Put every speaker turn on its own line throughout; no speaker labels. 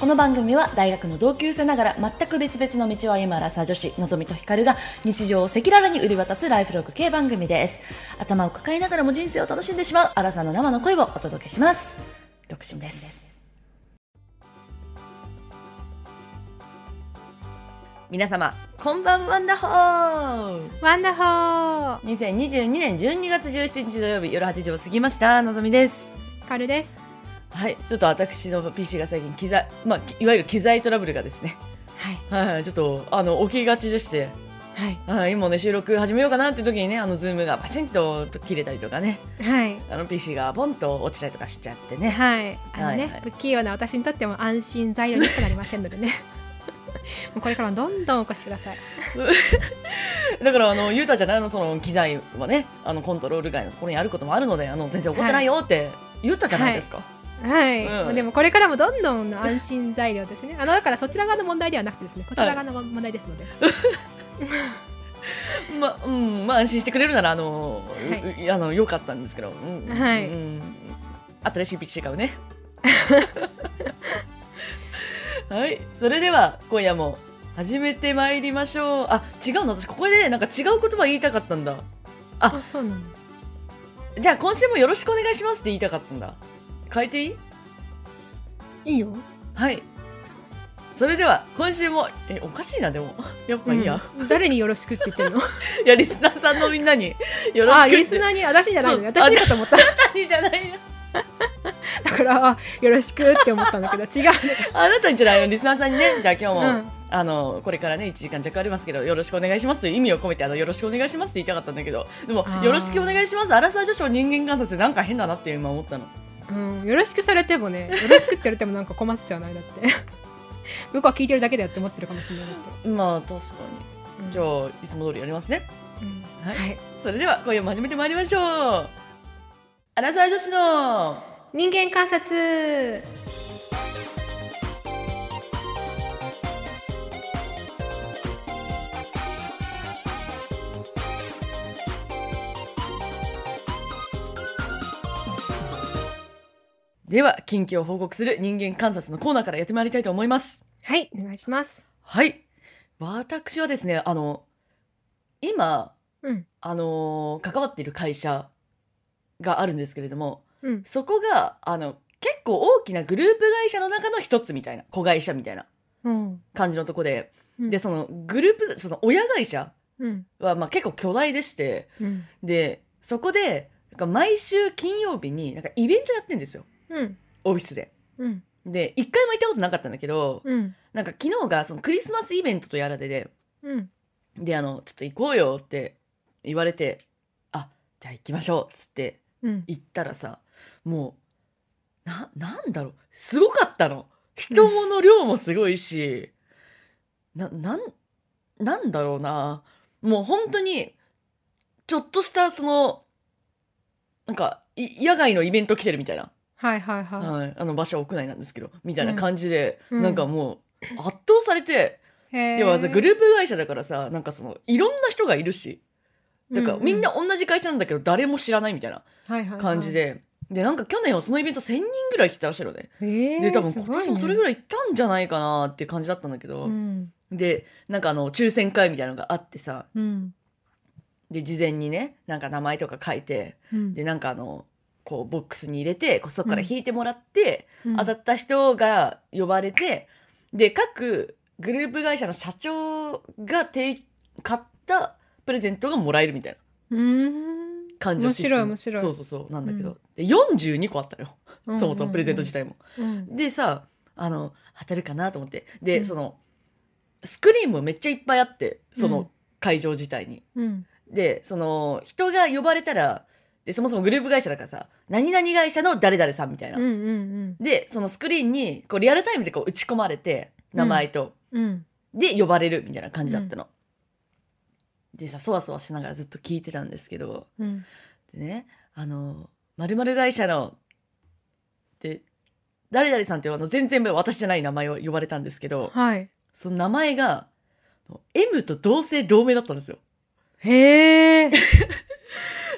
この番組は大学の同級生ながら全く別々の道を歩むアラサー女子のぞみとひかるが日常を赤裸々に売り渡すライフログ系番組です頭を抱えながらも人生を楽しんでしまうアラサーの生の声をお届けします独身です皆様こんばんワンダホー
ワンダホー
2022年12月17日土曜日夜8時を過ぎましたのぞみです
カルです。
はいちょっと私の PC が最近機材、まあ、いわゆる機材トラブルがですね
はい。
はい、ちょっとあの起きがちでして、
はい。
はい、今ね収録始めようかなっていう時にねあのズームがパチンと切れたりとかね
はい。
あの PC がボンと落ちたりとかしちゃって ね
はい。あのね、
はいはい
不器用な私にとっても安心材料にしかなりませんの でね。もうこれからもどんどんお越しください。
だからあのゆうたじゃないあのその機材はねあのコントロール外のところにあることもあるのであの全然怒ってないよって言ったじゃないですか、
はい。
うん
もうでもこれからもどんどんの安心材料ですね。あのだからそちら側の問題ではなくてですね、こちら側の問題ですので。
まうんまあ安心してくれるならあの、
は
うあのよかったんですけど、うん
はい
うん、新しい PC 買う ねはいそれでは今夜も始めてまいりましょうあ違うの私ここでなんか違う言葉言いたかったんだあ
あ、そうなんだ。
じゃあ今週もよろしくお願いしますって言いたかったんだ変えていい
いいよ。
はいそれでは今週もえおかしいなでもやっぱいいや、
うん誰によろしくって言ってるの？
いやリスナーさんのみんなによろしく
あ、
って
リスナーに私じゃないのね。
そう
私かと思った。
じゃないよ
だからあよろしくって思ったんだけど違う。
あなたにちょっとあのリスナーさんに ね、じゃあ今日も、
うん
あのこれからね1時間弱ありますけどよろしくお願いしますという意味を込めてあのよろしくお願いしますって言いたかったんだけどでも
あー
よろしくお願いしますアラサー女子の人間観察でなんか変だなって今思ったの
うん、よろしくされてもね、よろしくって言われてもなんか困っちゃうないだって。 向こうは聞いてるだけだよって思ってるかもしれないだって。
まあ確か
うん
にじゃあいつも通りやりますね
うん
は
はいい、
それでは今夜も始めてまいりましょうアラサー女子の
人間観察
では近況を報告する人間観察のコーナーからやってまいりたいと思います
はいお願いします
はい私はですねあの今
うん
あのー関わっている会社があるんですけれども、
うん
そこが、あの、結構大きなグループ会社の中の一つみたいな、子会社みたいな
うん
感じのとこで、
うん
で、そのグループ、その親会社
うん
は、まあ結構巨大でして、
うん
で、そこで、なんか毎週金曜日になんかイベントやってんですよ、
うん
オフィスで。
うん
で、一回も行ったことなかったんだけど、
うん
なんか昨日がそのクリスマスイベントとやらでで、
うん
で、あの、ちょっと行こうよって言われて、あ、じゃあ行きましょう、つって、
うん
行ったらさもうななんだろうすごかったの人もの量もすごいしななんなんだろうなもう本当にちょっとしたそのなんかい野外のイベント来てるみたいな、
はいはいは
はい、あの場所は屋内なんですけどみたいな感じで、
うんうん
なんかもう圧倒されて、
いへー
要はさグループ会社だからさなんかそのいろんな人がいるしだから
うう
みんな同じ会社なんだけど誰も知らないみたいな
はいはいはい
感じで、でなんか去年はそのイベント1000人ぐらい来てたらしいのね、
へー
で多分今年もそれぐ
い
らい行ったんじゃないかなって感じだったんだけど、
ねうん
でなんかあの抽選会みたいなのがあってさ
うん
で事前にねなんか名前とか書いて
うん
でなんかあのこうボックスに入れてこうそこから引いてもらって、
うん
当たった人が呼ばれてで各グループ会社の社長が提買ったプレゼントがもらえるみたいな
うーん
感じのシステム
面白い面白い
そうそうそうなんだけど、で42個あったのよ、そもそもプレゼント自
体
体も。
うん
でさあの当たるかなと思ってで、
うん
そのスクリーンもめっちゃいっぱいあってそうの
ん
会場自体に。
うん
でその人が呼ばれたらでそもそもグループ会社だからさ何々会社の誰々さんみたいな。
うんうん
でそのスクリーンにこうリアルタイムでこう打ち込まれて名前と、
うんうん
で呼ばれるみたいな感じだったの。でさそわそわしながらずっと聞いてたんですけど
うん
でねあの「まる会社の」って誰々さんっていうあの全然私じゃない名前を呼ばれたんですけど
はい
その名前が M と同姓同名だったんですよ。
へえ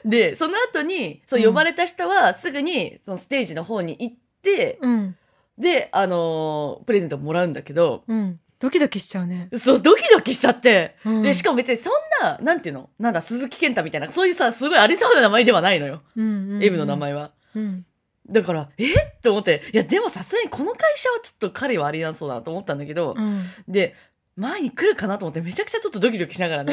でその後にそう
うん
呼ばれた人はすぐにそのステージの方に行って、
うん
で、あのープレゼントもらうんだけど、
うん。ドキドキしちゃうね。
そう、ドキドキしちゃって。
うん、
で、し
も、
かも別にそんな、なんていうのなんだ、鈴木健太みたいな、そういうさ、すごいありそうな名前ではないのよ。
うんうんうん、
M の名。前は。
うん。
だから、えっと思って、いや、でもさすがにこの会社はちょっと彼はありなそうだなと思ったんだけど、
うん。
で、前に来るかなと思って、めちゃくちゃちょっとドキドキしながら ね、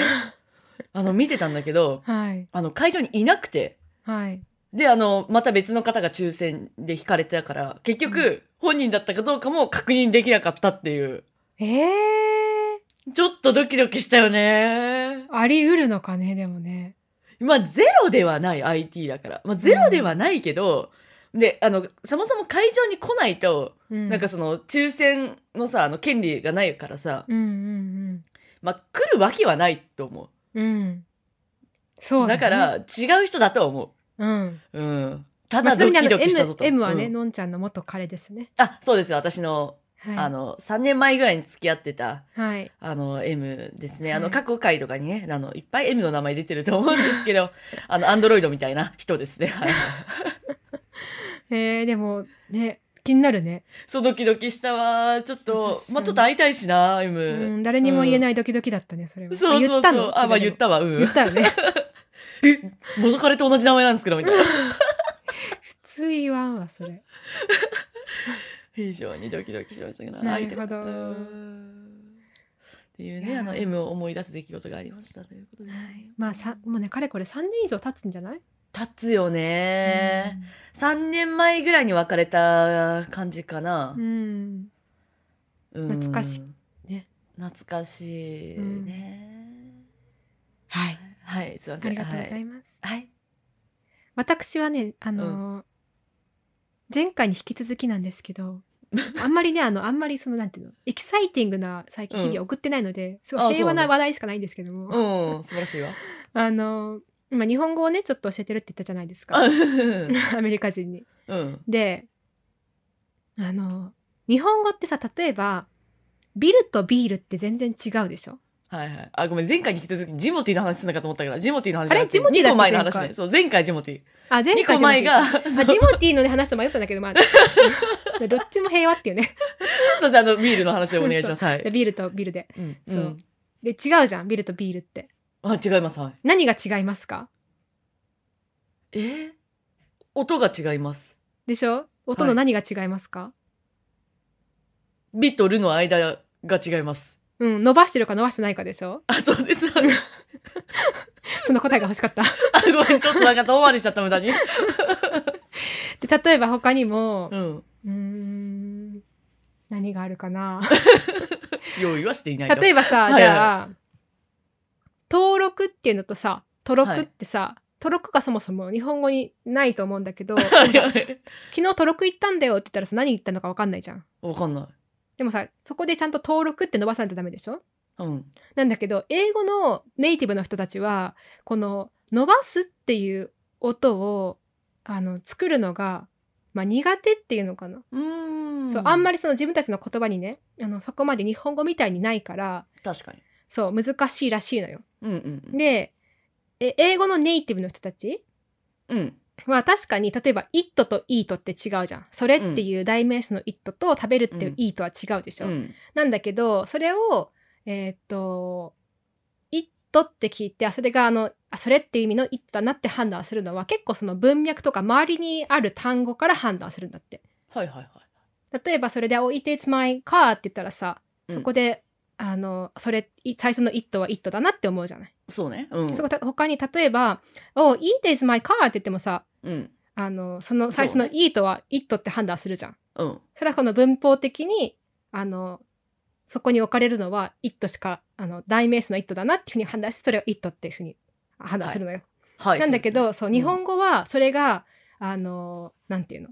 あの、見てたんだけど、
はい。
あの、会場にいなくて、
はい。
で、あの、また別の方が抽選で引かれてたから、結
う
局、本人だったかどうかも確認できなかったっていう。
ええ
ちょっとドキドキしたよね。
ー、あり得るのかね、でもね。
まあ、ゼロではない IT だから。まあ、ゼロではないけど、で、あの、そもそも会場に来ないと、
うん。
なんか、その、抽選のさ、あの、権利がないからさ、
うんうん
まあ、来るわけはないと思
うん。うん。
う。
そうだ,、
だ
ね、
から、違う人だとは思
うん。
う。うん。ただ、
まあち
ド
なみにあ
キ
の
ドキしたぞ
M,
と。
M はね、
うん
のんちゃんの元彼ですね。
あ、そうですよ。私の、
はい。
あの、3年前ぐらいに付き合ってた、
はい。
あの、M ですね。あ
は
の、
い
過去回とかにね、あの、いっぱい M の名前出てると思うんですけど、 あの、アンドロイドみたいな人ですね。 はい。
えー、でも、ね、気になるね。
そう、ドキドキしたわ。ちょっと
確か、に
まあ、ちょっと会いたいしな、M。
うん、誰にも言えないドキドキだったね、それは。
そう
あ
そ
言
う
った
そう。
の
あ、まあ、言っ。たわ。う
それで
ん
も。言ったよね。
元彼と同じ名前なんですけど、みたいな。
普通言わんわ、それ。
非常にドキドキしましたけど、
な
会
る
いた
ほど
かったうんっていう
い
ね、
やー
あの、M を思い出す出来事がありましたということですね。
まあ、さ、もうね、かれこれ3年以上経つんじゃない
立つよね、3年前ぐらいに別れた感じかな。
うん。
うん
懐かしいね。
懐かしいね。
はい。
はい、すいませ
あ
ん。
りがとうござ
はい
います。
はい。
私はね、あのー前回に引き続きなんですけど、あんまりね、あの、あんまりその、なんていうの、エキサイティングな最近日々送ってないので、すご
あ
い平和
そうな
なん
だ
話題しかないんですけども、
うん、素晴らしい わ。
あのー今日本語をね、ちょっと教えてるって言ったじゃないですか。
う
アメリカ人に。
ん。
で、あの、日本語ってさ、例えば、ビルとビールって全然違うでしょ
はいはい。あ、ごめん、前回に引き続きジモティーの話するのかと思ったから、ジモティーの話じゃなくて
あれジモティーだ
二
っけ
個前の話
前
ね。
回
そう、前回ジモティー。
あ、前
二
回
個
ジモテ
前
ィー
が、
か。
そう
あ、ジモティーのね話と迷ったんだけど、まあ、 どっちも平和っていうね。
そうそうあの、ビールの話をお願いします。はい
で。ビールとビールで。
うん。
そ
う
う
ん
で、違うじゃん、ビールとビールって。
あ、違います。はい。
何が違いますか
えー音が違います。
でしょ音の何が違いますか、
ビとルの間が違います。
うん、伸ばしてるか伸ばしてないかでしょ
あ、そうです。あ、
その答えが欲しか った。
ごめん、ちょっとなんか遠回りしちゃった無駄に。
で、例えば他にも
う、ん。
うーん、何があるかな
用意はしていないと。
例えばさ、
はいはい
じゃあ、登録っていうのとさ、登録ってさ、登録がそもそも日本語にないと思うんだけど、
はい
昨
はい
日登録行ったんだよって言ったらさ、何言ったのか分かんないじゃん。
わかんない。
でもさ、そこでちゃんと登録って伸ばさないとダメでしょ
うん。
なんだけど、英語のネイティブの人たちは、この伸ばすっていう音を、あの、作るのが、まあ苦手っていうのかな。
うーん。
そう、あんま
り。
りその自分たちの言葉にね、あの、そこまで日本語みたいにないから、
確かに。
そう、難しいらしいのよ。
うんうん
でえ英語のネイティブの人たち
うん。うん。
は確かに例えば「it」と「eat」って違うじゃん。それっていう代名詞の「it」と食べるっていううん「eat」は違うでしょ。
うん。
なんだけどそれをえーっと「it」って聞いてあそれがあのあそれっていう意味の「it」だなって判断するのは結構その文脈とか周りにある単語から判断するんだって。
はいはいはい。
例えばそれで「oh, it is my car」って言ったらさ
うん
そこで、あのそれい最初の「it」は「it」だなって思うじゃない。
そうね。うん。
そこた他に例えば「Oh, it is my car」って言ってもさ
うん。
あのその最初の
そう
it は it って判断するじゃん。
うん。
それはこの文法的にあのそこに置かれるのは it しかあの代名詞の it だなっていうふうに判断してそれを it っていうふうに判断するのよ。
はい。
なんだけどそう、
うですね
日本語はそれがあのなんていうの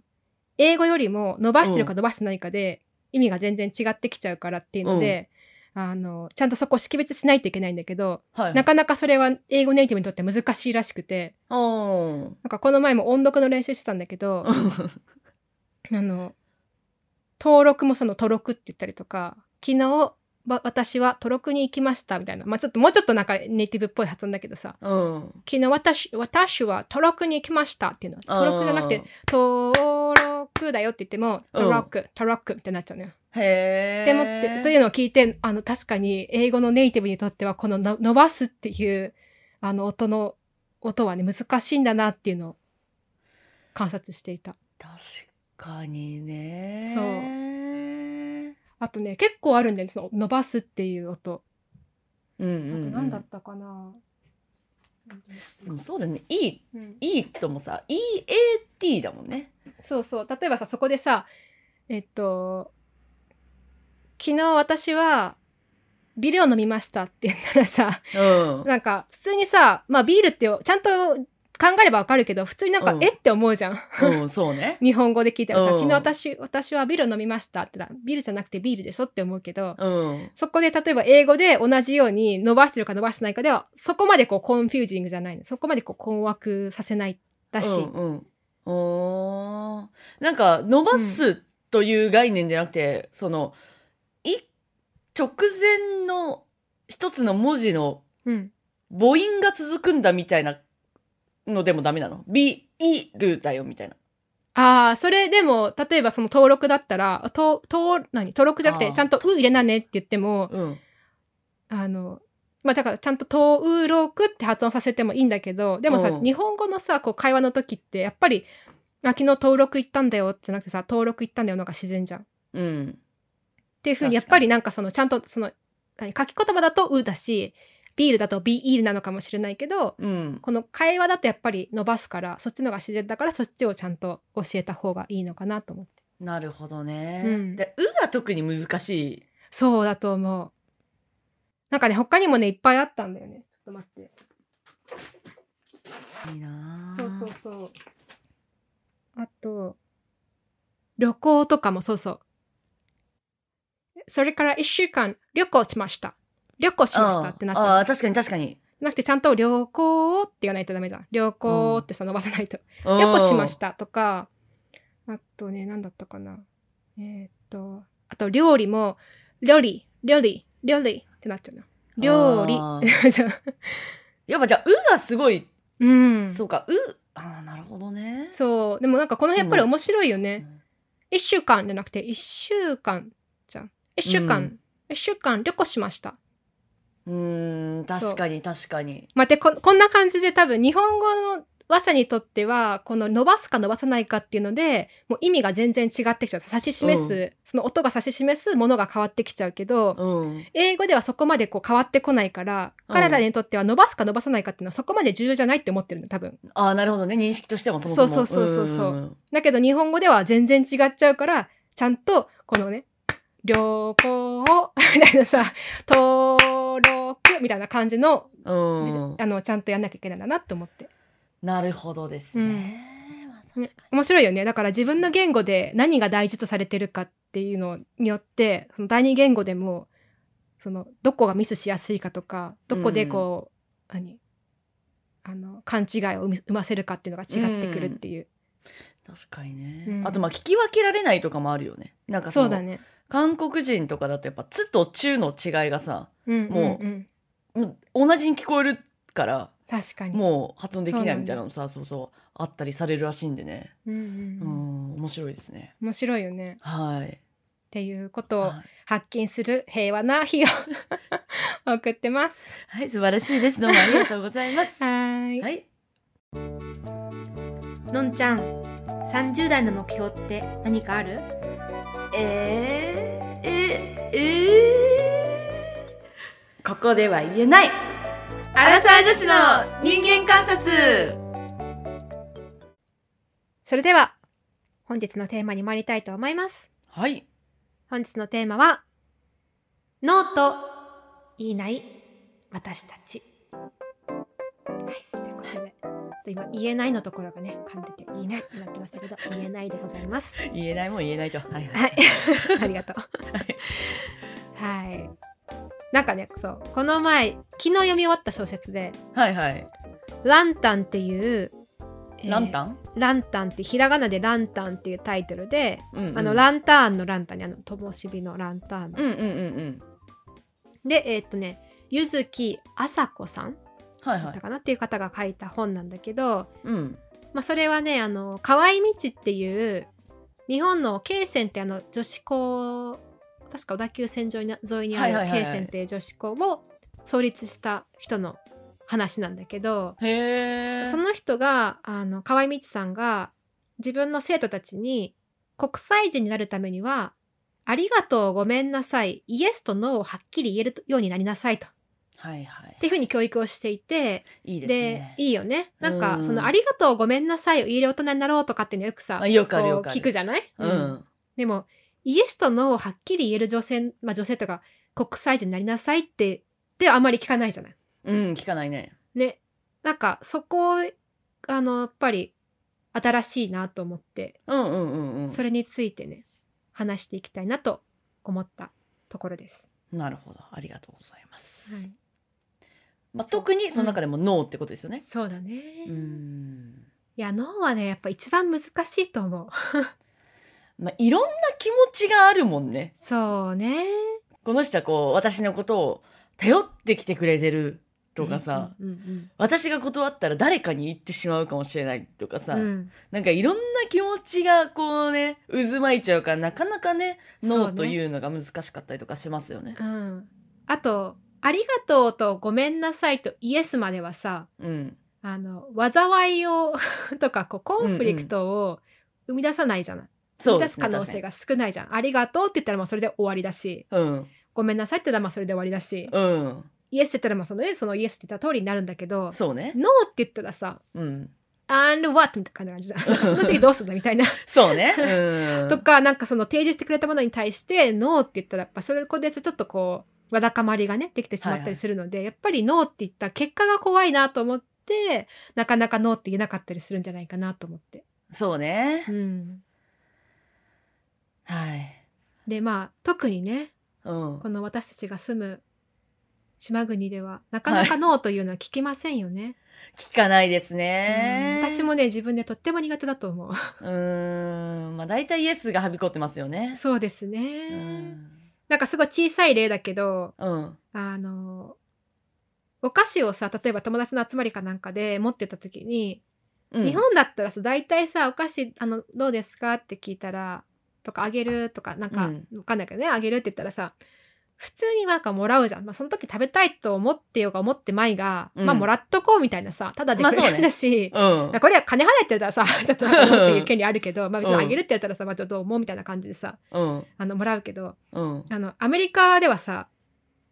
英語よりも伸ばしてるか伸ばしてないかで意味が全然違ってきちゃうからっていうので、あのちゃんとそこを識別しないといけないんだけど、
そうですね、はいはい。
なかなかそれは英語ネイティブにとって難しいらしくて、
うん。
なんかこの前も音読の練習してたんだけど、あの、登録もその登録って言ったりとか、昨日わ私はトロクに行きましたみたいな、まあ、ちょっともうちょっとなんかネイティブっぽい発音だけどさ
うん。
昨日私私はトロクに行きましたっていうの
あー
トロクじゃなくてトロクだよって言ってもトロク、トロクってなっちゃうのよ。
へえ。
でもってというのを聞いてあの確かに英語のネイティブにとってはこのの伸ばすっていうあの音の音はね難しいんだなっていうのを観察していた。
確かにね。
そうあとね結構あるんだよねその伸ばすっていう音。
うんう
さて
ん、うん。
何だったかな、
でもそうだよね。いい、
うん
いいともさ、EAT だもんね。
そうそう例えばさそこでさえっと昨日私はビールを飲みましたって言ったらさ
うん。
なんか普通にさまあビールってちゃんと考えればわかるけど普通になんか、
うん
えって思うじゃん
うん、そうね。
日本語で聞いたらさ、
うん
昨日私私はビールを飲みましたって言ったらビールじゃなくてビールでしょって思うけど
うん。
そこで例えば英語で同じように伸ばしてるか伸ばしてないかではそこまでこうコンフュージングじゃないのそこまでこう困惑させないらし
う
い、
んうん、おーなんか伸ばすという概念じゃなくて、そのい直前の一つの文字の
うん
母音が続くんだみたいなのでもダメなの「ビイル」だよみたいな。
ああ、それでも、例えばその登録だったら、と、と、何登録じゃなく
あ
て、
ー
ちゃんと、う入れなねって言っても、
うん、
あの、まあ、だから、ちゃんと、と、う、ろくって発音させてもいいんだけど、でもさ、
うん
日本語のさ、こう、会話の時って、やっぱり、あ、昨日登録行ったんだよってなくてさ、登録行ったんだよのが自然じゃん。っ
うん、
ていう
確
ふう
か
に、
に
やっぱりなんかその、ちゃんと、その、何書き言葉だと、うだし、ビールだと、ビールなのかもしれないけど、
うん、
この会話だとやっぱり伸ばすから、そっちのが自然だから、そっちをちゃんと教えた方がいいのかなと思って。
なるほどね。
うん
で「う」が特に難しい。
そうだと思う。なんかね、他にもね、いっぱいあったんだよね。ちょっと待って。
いいなあ
そうそうそう。あと、旅行とかもそうそう。それから1週間、旅行しました。旅行しましたってなっち
あ
ゃ
あ
う。
確かに確かに。旅。
なくて、ちゃんと旅行って言わないとダメじゃん。旅行ってさ、伸ばさないと。旅行しましたたとか、あとね、なんだったかな。えーっと、あと料理も、料理、料理、料理ってなっちゃうな。料理
あ。
じゃあ
やっぱじゃあ「う」がすごい、
うん。
そうか「う」ああなるほどね。
そう。でもなんかこの辺やっぱり面白いよ
う
ね。
ん
一週間じゃなくて、一週間じゃん。一週
う
間
ん、
一、週間旅行しました。
うーん確かに確かに
待って、ここんな感じで多分日本語の話者にとっては、この伸ばすか伸ばさないかっていうので、もう意味が全然違ってきちゃう。指し示す、
う
その音が指し示すものが変わってきちゃうけど、
うん
英語ではそこまでこう変わってこないから、
うん
彼らにとっては伸ばすか伸ばさないかっていうのはそこまで重要じゃないって思ってるの多分
ああなるほどね認識としてもそもそも
そうそうそうそうそうんだけど日本語では全然違っちゃうからちゃんとこのね旅行みたいなさ登録みたいな感じの,、
うん、
あのちゃんとやんなきゃいけないんだなって思って、
なるほどですね、まあ
ね
確か
面白いよねだから自分の言語で何が大事とされてるかっていうのによってその第二言語でもそのどこがミスしやすいかとかどこでこう、何あの勘違いを生み生ませるかっていうのが違ってくるっていう、
に確かにね、
うん
あとまあ聞き分けられないとかもあるよねなんかそ
そ
の
うだね
韓国人とかだとやっぱ「つ」と「中」の違いがさ
うん
も
うんうん
もう同じに聞こえるから
確かに
もう発音できないみたい
そうな
なのさそう,、そうあったりされるらしいんでね
うんう
うん
うん
ん面白いですね
面白いよね
はい、
っていうことを
はい
発見する平和な日を 送ってます
はい、素晴らしいですどうもありがとうございます
はーい
はい
のんちゃん30代の目標って何かある
えー、ええー、ここでは言えないアラサー女子の人間観察
それでは本日のテーマに参りたいと思います
はい
本日のテーマはノーと言いない私たちはいということでちょっと今言えないのところがね噛んでて言いないってなってましたけど言えないでござ います
言えないもん言えないとはい
は
はい
い、ありがとう。はい。なんかね、そう、この前、昨日読み終わった小説で、
はいはい
ランタンっていう、えー
ランタン、
ランタンって、ひらがなでランタンっていうタイトルで、
うんうん
あの、ランタンのランタンに、あの、灯火のランタン
うんうんうんうん
でえーっとね柚木あさこさん
はい
だ
は
った
い。
かなっていう方が書いた本なんだけど、
うん。
まあ、それはねあの河合道っていう日本の慶泉ってあの女子校確か小田急線沿いな沿いにあ
はい
る
はいはいはい
慶泉っていう女子校を創立した人の話なんだけど、
へえ。
その人があの河合道さんが自分の生徒たちに国際人になるためには「ありがとうごめんなさいイエスとノーをはっきり言えるようになりなさいと」
はいはい
っ。ていうふうに教育をしていて。
いいです
で
ね。
いいよねなんか、
うん
その「ありがとうごめんなさい」を言える大人になろうとかっていうのよくさ
あよくある
こう
よくある
聞くじゃない、
う
うん
ん。
でもイエスとノーをはっきり言える女性、まあ、女性とか国際人になりなさいってってあんまり聞かないじゃない。
うん、聞かないね。
ねなんかそこあのやっぱり新しいなと思って、
うんうんうんうん。
それについてね話していきたいなと思ったところです。
なるほど。ありがとうございます。
はい、
まあ、
そう
特にその中でも脳ってことですよね。
そうだね、
う
い
ん。
やノーはねやっぱ一番難しいと思う。
まあ、いろんな気持ちがあるもんね。
そうね
この人はこう、私のことを頼ってきてくれてるとかさ、
うんうんうん
私が断ったら誰かに言ってしまうかもしれないとかさ、
うん
なんかいろんな気持ちがこうね、渦巻いちゃうから、なかなかね、
そう
脳
ね
というのが難しかったりとかしますよね。
うん、あと「ありがとう」と「ごめんなさい」と「イエス」まではさ
うん。
あの災いを とかこうコンフリクトを生み出さないじゃない、
そう
生み
で
出す
すね。
可能性が少ないじゃん「ありがとう」って言ったらもうそれで終わりだし
確かに。うん。
「ごめんなさい」って言ったらまあそれで終わりだし
うん。
「イエス」って言ったらまあその,、ね、そのイエスって言った通りになるんだけど
そうね
「ノ。ー」って言ったらさ
うん。
「and what」みたいな 感じじゃんその次どうすんだみたいな
そう ね。う
と
ん。
かなんかその提示してくれたものに対して「ノー」って言ったらやっぱそこでちょっとこうわだかまりがねできてしまったりするので、やっぱり「ノー」って言った結果が怖いなと思ってなかなか「ノー」って言えなかったりするんじゃないかなと思って。
そうね
う。ん、
はい。
でまあ特にね
うん
こ。の私たちが住む島国ではなかなか「ノー」というのは聞きませんよね。
聞かないですね。
うん私。もね自分でとっても苦手だと思 う。
うーん。まあ大体イエスがはびこってますよね。
そうです
う
ね、
ん。
なんかすごい小さい例だけど
うん。
あのお菓子をさ例えば友達の集まりかなんかで持ってた時に、
うん
日本だったらさ大体さ「お菓子あのどうですか?」って聞いたらとか「あげる」とかなんか、
う
わ
ん
かんないけどね「あげる」って言ったらさ普通になんかもらうじゃん、まあ、その時食べたいと思ってようが思ってまいが、
うん
まあもらっとこうみたいなさただでくれ
まあそ
るん
うね
だし、
うん
まあ。これは金払えって言ったらさ ちょっとなんか思っていう権利あるけど、まあ別にあげるって言ったらさ、まあ、ちょっとどう思うみたいな感じでさ
うん。
あのもらうけど、
うん。
あの、アメリカではさ、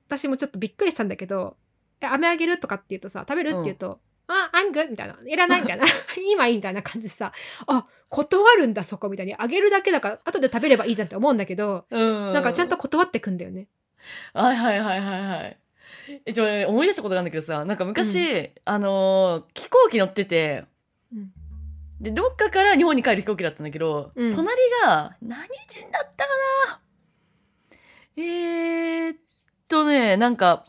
私もちょっとびっくりしたんだけど、え、飴あげるとかって言うとさ、食べるって言うと、あ、I'm good みたいな、いらないみたい な、今いいみたいな感じでさ、あ、断るんだそこみたいに、あげるだけだから、後で食べればいいじゃんって思うんだけど、
な
なんかちゃんと。断ってくんだよね。
はいはいはいはいはい。え、ちょ、思い出したことがあるんだけどさ、なんか昔、あのー飛行機乗ってて、
うん
で、どっかから日本に帰る飛行機だったんだけど、
うん
隣が、何人だったかなえー、っとね、なんか、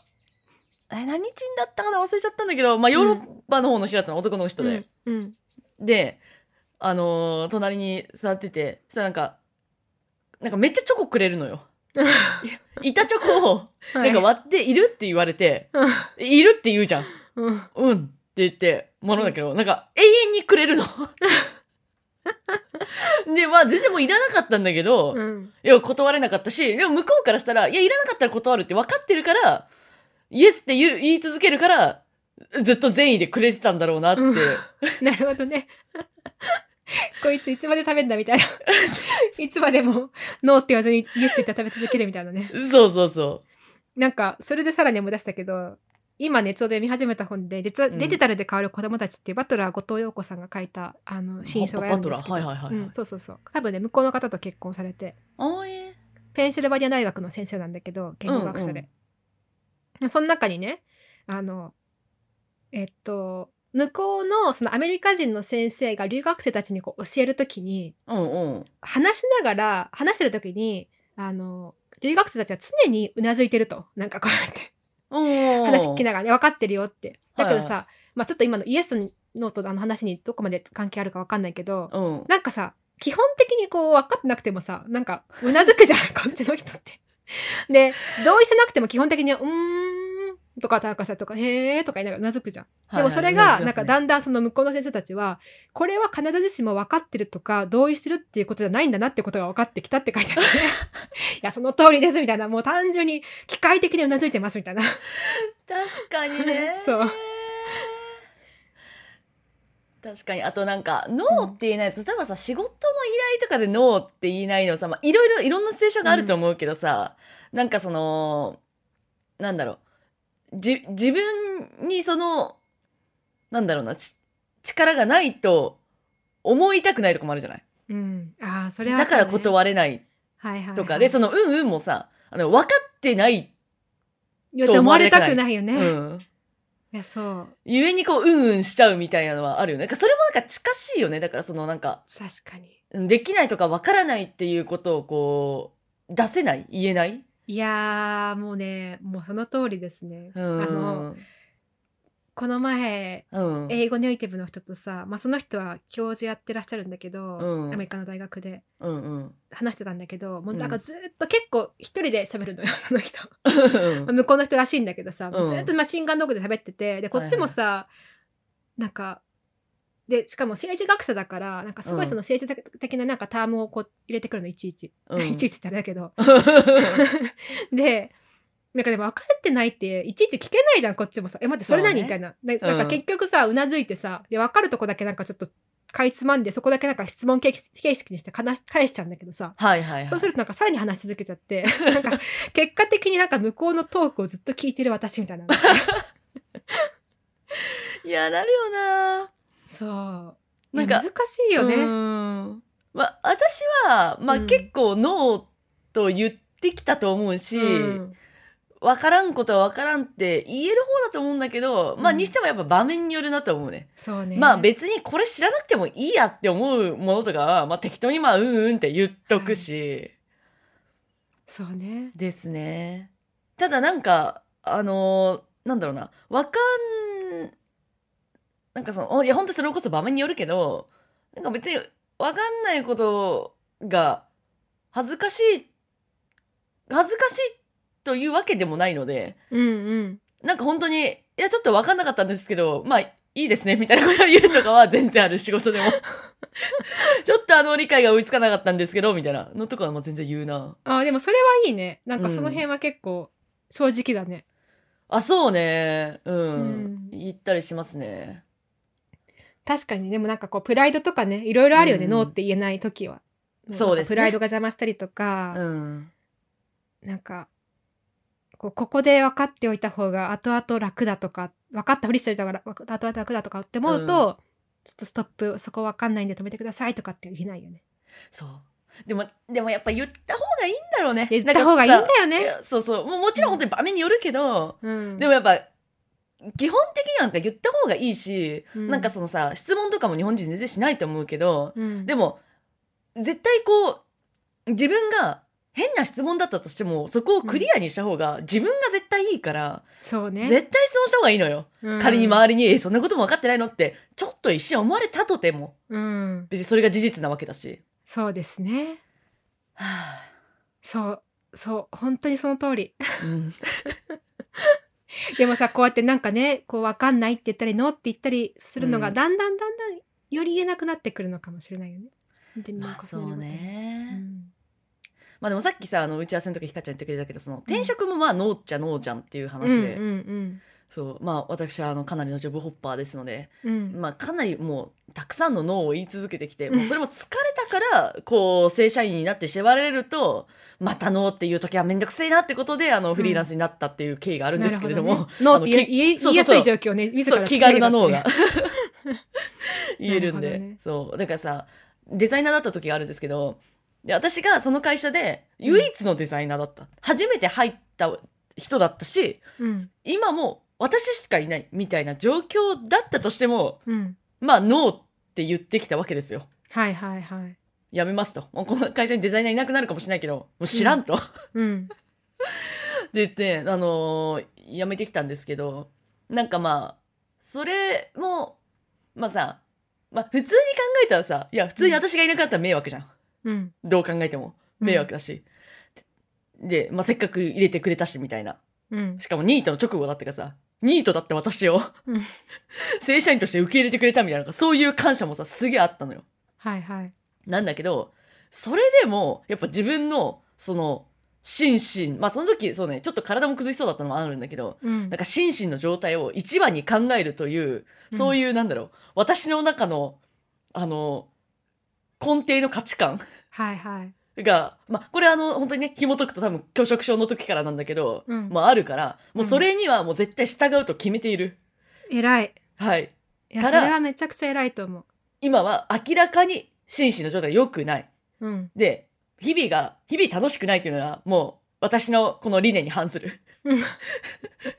え、何人だったかな忘れちゃったんだけど、まあ、ヨーロッパの方の人だったの、男の人で。
うん。
で、あのー隣に座ってて、そしたらなんか、なんかめっちゃチョコくれるの よ。板チョコを、なんか
わ、
割っているって言われて、
うん
いるって言うじゃん。
うん。
うんって言ってもらうんだけど、なんか永遠にくれ るの。で、まあ全然もういらなかったんだけど、い
うん。
や、断れなかったし、でも向こうからしたら、いや、いらなかったら断るって分かってるから、イエスって言う言い続けるから、ずっと善意でくれてたんだろうなって。
うんなるほどね。 こいついつまで食べんだみ たいな。いつまでも、ノーって言わずに、イエスって言ったら食べ続けるみたいなね。
そうそうそ
なんかそれでさらに思い出したけど今ねちょうど読み始めた本で実は
うん
デジタルで変わる子供たちっていうバトラー後藤陽子さんが書いたあの
う。
新書があるんですけど、
パトラはいはいはい。
うん、そうそうそう多分ね向こうの方と結婚されて
あえ
ペンシルバニア大学の先生なんだけど言語学者で、その中にねあのえっと向こうのそのアメリカ人の先生が留学生たちにこう教えるときに
うんうん。
話しながら話してるときにあの留学生たちは常にうなずいてるとなんかこうやって。話聞き
な
ながらね分かってるよってだけど
はいは
さ、まあ、ちょっと今のイエスのとあの話にどこまで関係あるか分かんないけど
うん。
なんかさ基本的にこう分かってなくてもさなんかうなずくじゃん こっちの人ってで同意してなくても基本的には「うーん」とかなんかさとか「へーとか言いながらうなずくじゃん。でもそれがなんかだ
ん
んだんその向こうの先生たちはこれは必ずしも分かってるとか同意してるっていうことじゃないんだなってことが分かってきたって書いてあって いやその通りですみたいなもう単純に機械的にうなずいてますみたいな
確かにね
そう
確かにあとなんか「ノー」って言えないと例えばさ仕事の依頼とかで「ノー」って言えないのさまあいろいろいろんなステーションがあると思うけどさ、なんかそのなんだろうじ自分にそのなんだろうなち力がないと思いたくないとかもあるじゃない、
うんああそれは
だから
そうね
断れない
はいはいはい
とかでその「うんうん」もさあの分かってない、
いやって思われたくないよね、
う
い
ん、
や そう
ゆえにこううんうんしちゃうみたいなのはあるよね。なんかそれもなんか近しいよね。だからそのなんか
確かに
うんできないとかわからないっていうことをこう出せない言えない
いやーもうねもうその通りですね、
う
あの
ん。
この前
うん。
英語ネイティブの人とさ、まあ、その人は教授やってらっしゃるんだけど、
うん
アメリカの大学で
うんうん。
話してたんだけどもううんなんかずっと結構一人で喋るのよ その人
うん
まあ向こうの人らしいんだけどさ、
うん
ずっとまあ心眼の奥で喋っててでこっちもさ、なんかでしかも政治学者だからなんかすごいその政治的ななんかタームをこう入れてくるのいちいち、
うん
いちいちってあれだけどでなんかでも分かってないっていちいち聞けないじゃんこっちもさ「え待ってそれ何
そうね
みたいなでなんか
うん
結局さうなずいてさで分かるとこだけなんかちょっとかいつまんでそこだけなんか質問形式形式にして話し返しちゃうんだけどさ
はいはいはい。
そうするとなんかさらに話し続けちゃって、 なんか結果的になんか向こうのトークをずっと聞いてる私みたい な。
いやなるよな。
そう。
な
なん
ん
か
か
難しいよ
う
ね。
んまあ私はまあ
うん
結構ノーと言ってきたと思うし、
うん
わからんことはわからんって言える方だと思うんだけど、まあ
うん
にしてもやっぱ場面によるなと思うね。
そうね。
まあ別にこれ知らなくてもいいやって思うものとかは、まあ、適当にまあうんうんって言っとくし、
そうね。
ですねただなんかあのーなんだろうなわかんなんかそのおいや本当それこそ場面によるけどなんか別にわかんないことが恥ずかしい恥ずかしいというわけでもないので
うんうん。
なんか本当にいやちょっとわかんなかったんですけどまあいいですねみたいなことを言うとかは全然ある仕事 でもちょっとあの理解が追いつかなかったんですけどみたいなのとかはもう全然言うな
あでもそれはいいね。なんか
うん
その辺は結構正直だね。
あそうねうん、
うん
言ったりしますね
確かにでもなんかこうプライドとかねいろいろあるよね、
うん
ノーって言えない時は。
そうですね
プライドが邪魔したりと
う
か、
ん
なんかこうここで分かっておいた方が後々楽だとか分かったふりしておいた方がわ後々楽だとかって思うと、ちょっとストップそこ分かんないんで止めてくださいとかって言えないよね。
そうでもでもやっぱ言った方がいいんだろうね
言った方がいいんだ
なか
よ
さい
ね。
やそうそうもうもちろん本当に場面によるけど、
うん、
でもやっぱ基本的にはなんか言った方がいいし、
う
なんかそのさ質問とかも日本人全然しないと思うけど、
うん、
でも絶対こう自分が変な質問だったとしてもそこをクリアにした方が自分が絶対いいから、
そうね、
絶対そうした方がいいのよ、
うん
仮に周りに「えそんなことも分かってないの?」ってちょっと一瞬思われたとても
うん、
別にそれが事実なわけだし、
そうですね。
は
そうそう本当にその通り。
あうん、
でもさこうやってなんかねこう分かんないって言ったりノーって言ったりするのが、
うん
だんだんだんだんより言えなくなってくるのかもしれないよね。本当になん
まあ
か
そ
いうのことね。う
ね、
ん
まあでもさっきさあの打ち合わせの時ひかちゃん言ってくれたけどその転職もまあノーっちゃノーじゃんっていう
う
話
ん
で、
うん
そうまあ私はあのかなりのジョブホッパーですので
うんうん
まあ、かなりもうたくさんの脳を言い続けてきてもうそれも疲れたからこう正社員になって縛られるとまた脳っていう時は面倒くせえなってことであのフリーランスになったっていう経緯があるんですけれども、
なるほねノーって言え
あのき
言え
そうそうそう
言いやすい状況をね自
そ
ら
う
作
気
ればって
軽
い
な脳が 言えるん
な
で
るほどね
そうだからさデザイナーだった時があるんですけどで私がその会社で唯一のデザイナーだった、初めて入った人だったし
うん
今も私しかいないみたいな状況だったとしても
うん
まあノーって言ってきたわけですよ。
はいはいはい
辞めますと。もうこの会社にデザイナーいなくなるかもしれないけど、もう知らん と。って
うん
言って、あのー辞めてきたんですけど、なんかまあ、それも、まあさ、まあ普通に考えたらさ、いや普通に私がいなくなったら迷惑じゃん。
うん
どう考えても。迷惑だし。で、まあ、せっかく入れてくれたしみたいな
うん
しかもニートの直後だったからさニートだって私を
うん
正社員として受け入れてくれたみたいなそういう感謝もさすげえあったのよ
はいはい
なんだけどそれでもやっぱ自分のその心身まあその時そうねちょっと体も崩しそうだったのもあるんだけど
うん
なんか心身の状態を一番に考えるというそう
い
いうなんだろう、私の中のあの根底の価値観
はいはい
が、まあ、これあの本当にね紐解くと多分拒食症の時からなんだけど、
うん
まあ、あるからもうそれにはもう絶対従うと決めている、
偉い
はい
いや
か
そ
ら
れはめちゃくちゃ偉いと思
今は明らかに心身の状態が良くないう
うん
で日々が日々楽しくないというのはもう私のこの理念に反する
うん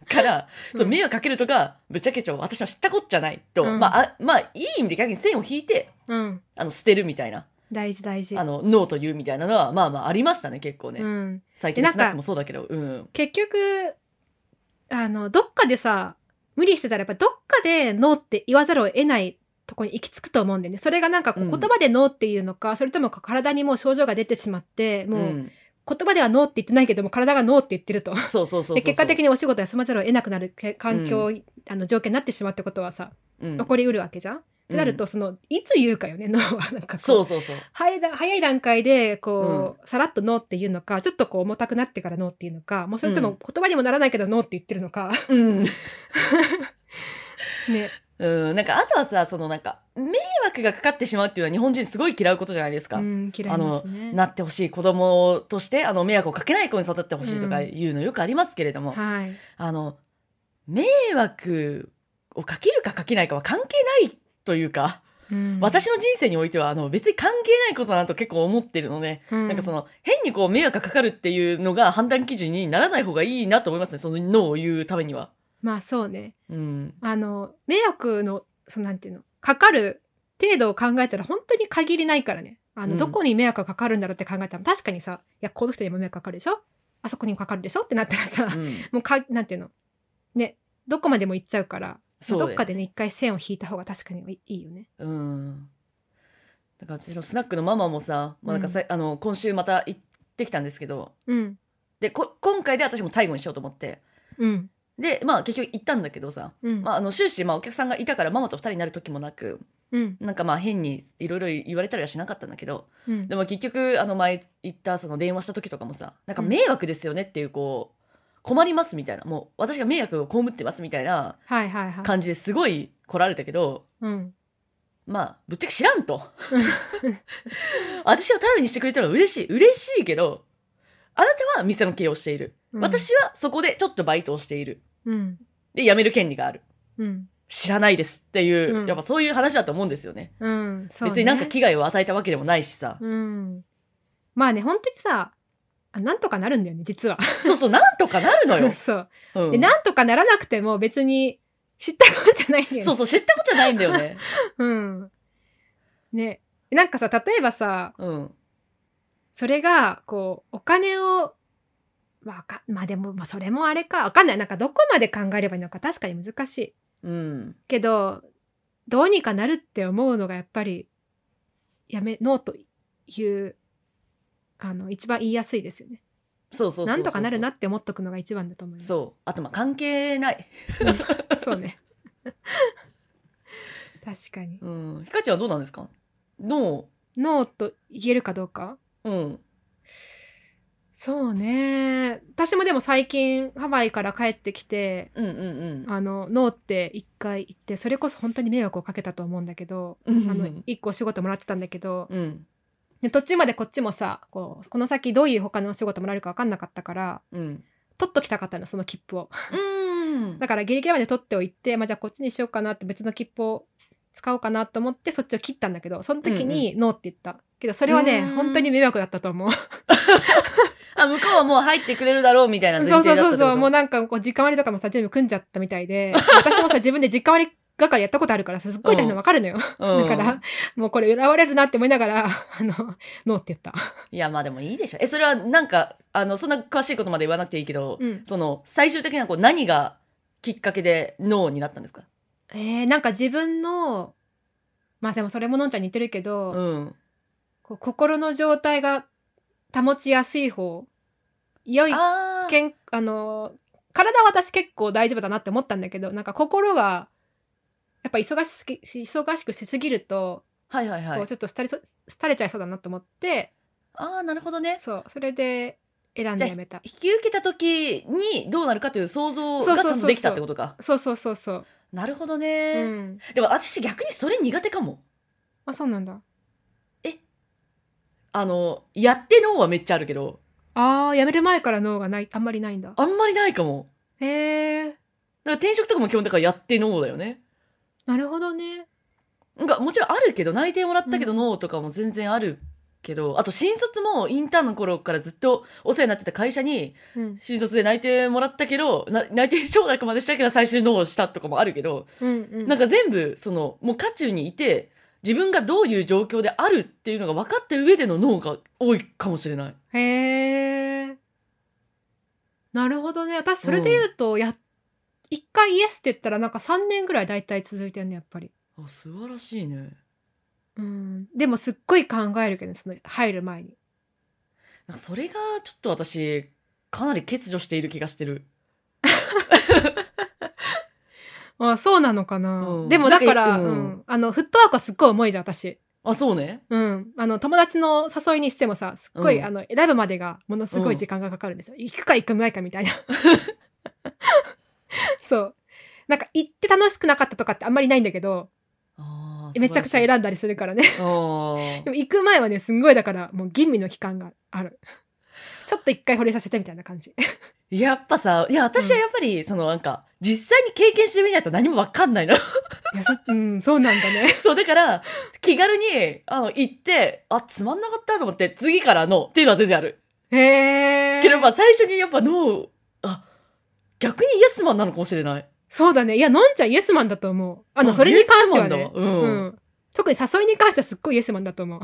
から、そううん迷惑かけるとかぶっちゃけちゃう私は知ったこっちゃないと、
うん
まああまあいい意味で逆に線を引いて
うん
あの捨てるみたいな
大事大事
あのノーというみたいなのはまあまあありましたね結構ね、
うん
最近の
でなん
ス
か
ナックもそうだけどうん
結局あのどっかでさ無理してたらやっぱどっかでノーって言わざるを得ないとこに行き着くと思うんだよねそれがなんかこ
うん
う言葉でノーっていうのか、それとも体にもう症状が出てしまってもううん言葉ではノーって言ってないけども体がノーって言ってると
そうそうそうそう
で結果的
に、
にお仕事休まざるを得なくなるけ環境、あの条件になってしまうってことはさ
うん
起こりうるわけじゃん、ってなるとそのいつ言うかよねノーはなんかこう
そうそうそう
早いだ早い段階でこう、さらっと「ノー」っていうのかちょっとこう重たくなってから「ノー」っていうのかもうそれと
う
も
ん
言葉にもならないけど「ノー」って言ってる のか、
うん、
ね
うん、なんかあとはさそのなんか迷惑がかかってしまうっていうのは日本人すごい嫌うことじゃないですか、
うん、嫌いますね。
なってほしい子供としてあの迷惑をかけない子に育ってほしいとか
うん
いうのよくありますけれども、
はい、
あの迷惑をかけるかかけないかは関係ないというか、
うん、
私の人生においてはあの別に関係ないことだなと結構思ってるので、
うん、
なんかその変にこう迷惑がかかるっていうのが判断基準にならない方がいいなと思いますねその脳を言うためには。
まあそうね
うん、
あの迷惑のそのなんていうのかかる程度を考えたら本当に限りないからねあの、
うん
どこに迷惑がかかるんだろうって考えたら確かにさいやこの人にも迷惑かかるでしょあそこにもかかるでしょってなったらさ、
うん
もうかなんていうのねどこまでも行っちゃうから
そう
どっかでね一回線を引いた方が確かにいいよね。
うん。だから私のスナックのママもさ、まあ、なんかさ、あの今週また行ってきたんですけど
うん
でこ今回で私も最後にしようと思って
うん
でまあ結局行ったんだけどさ、
うん、
まあ、あの終始まあお客さんがいたからママと二人になる時もなく
うん
なんかまあ変にいろいろ言われたりはしなかったんだけど
うん
でも結局あの前行ったその電話した時とかもさなんか
うん
迷惑ですよねっていうこう困りますみたいなもう私が迷惑を被ってますみたいな
はいはいはい。
感じですごい来られたけど
うん
まあぶっちゃけ知らん と私を頼りにしてくれたのは嬉しい嬉しいけどあなたは店の経営をしている、
うん、
私はそこでちょっとバイトをしている
うん
で辞める権利がある
うん
知らないですっていう、
うん
やっぱそういう話だと思うんですよね
うんそうね
別になんか危害を与えたわけでもないしさ、
うんまあね本当にさあなんとかなるんだよね実は。、
そうそうなんとかなるのよ
そう、
うん
でなんとかならなくても別に知ったことじゃないんだよね。
そうそう知ったことないんだよね
うん、ねなんかさ例えばさ
うん
それがこうお金をまあ、かまあでも、まあ、それもあれかわかんないなんかどこまで考えればいいのか確かに難しい
うん
けどどうにかなるって思うのがやっぱりやめノーというあの一番言いやすいですよね
そうそうそうそう
なんとかなるなって思っとくのが一番だと思います
そうあとまあ関係ない、
そうね確かに
うん、ひかちゃんはどうなんですかど
ノーと言えるかどうか
ううん
そうね私もでも最近ハワイから帰ってきて
うんうん
あのノーって一回言ってそれこそ本当に迷惑をかけたと思うんだけど、
うん
あの
うん
一個お仕事もらってたんだけど、
うん
で途中までこっちもさこうこの先どういう他のお仕事もらえるか分かんなかったから
うん
取っときたかったのその切符を
うん
だからギリギリまで取っておいて、まあ、じゃあこっちにしようかなって別の切符を使おうかなと思ってそっちを切ったんだけどその時にノーって言った、けどそれはね
うーん
本当に迷惑だったと思う
あ向こうはもう入ってくれるだろうみたいな前
そう
提だ
そ
っ
う
たって
そ
こと
うそうもうなんかこう時間割とかもさ全部組んじゃったみたいで 私もさ自分で時間割係やったことあるからさすっごい大変なの分かるのよ、
うん
だからもうこれ恨まれるなって思いながらあのノーって言った、
いやまあでもいいでしょえそれはなんかあのそんな詳しいことまで言わなくていいけど、
うん
その最終的なこう何がきっかけでノーになったんですか
えー、なんか自分のまあでもそれものんちゃんに似てるけど、
うん
こう心の状態が保ちやすい方良い
あー
けんあの体は私結構大丈夫だなって思ったんだけどなんか心がやっぱ忙しすぎ忙しくしすぎると、
はいはいは
こ
いう
ちょっと廃れそ廃れちゃいそうだなと思って
ああなるほどね
そうそれで選んで
じゃあ
やめた
引き受けた時にどうなるかという想像
そう
が
そう
ちゃ
そうそ
ん
う
とできたってことか
そうそうそうそう、
なるほど
う
ね、
ん、
でも私逆にそれ苦手かも
あそうなんだ
あのやってのはめっちゃあるけど
あー辞める前から脳がないあんまりないんだ
あんまりないかも
へえ
だから転職とかも基本だからやってのだよね
なるほどね
なんかもちろんあるけど内定もらったけどノーとかも全然あるけど、あと新卒もインターンの頃からずっとお世話になってた会社に
うん
新卒で内定もらったけどな内定承諾までしたけど最終ノーしたとかもあるけど、
うんうん
なんか全部そのもう渦中にいて自分がどういう状況であるっていうのが分かった上での脳が多いかもしれない。
へえ。なるほどね。私、それで言うと、や、一回イエスって言ったら、なんか3年ぐらい大体続いてんね、やっぱり。
あ素晴らしいね。
うん。でも、すっごい考えるけどね、その、入る前に。
なんかそれがちょっと私かなり欠如している気がしてる。
あそうなのかな。
うん
でも、だから、
なんか
う
うんん、
あの、フットワークはすっごい重いじゃん、私。
あそうね。
うん。あの、友達の誘いにしてもさ、すっごい、
うん
あの、選ぶまでが、ものすごい時間がかかるんですよ。行くか行くまいかみたいな。 そう。なんか、行って楽しくなかったとかってあんまりないんだけど、
あー
めちゃくち
素
ゃ
晴らしい
選んだりするからね。
あー
でも行く前はね、すんごいだから、もう吟味の期間が ある。ちょっと一回惚れさせてみたいな感じ。
やっぱさ、いや、私はやっぱり、そのなんか、実際に経験してみないと何もわかんないの。
いや、そ、うん、そうなんだ ね。
そう、だから、気軽に、あの、行って、あ、つまんなかったと思って、次からの、っていうのは全然ある。
へ
けど、
え。
まあ、最初にやっぱの、あ、逆にイエスマンなのかもしれない。
そうだね。いや、のんちゃんイエスマンだと思う。あの、
あ
それに関しては
イエ
ね
ス。マンだわ
う
うん
ん。特に誘いに関してはすっごいイエスマンだと思う。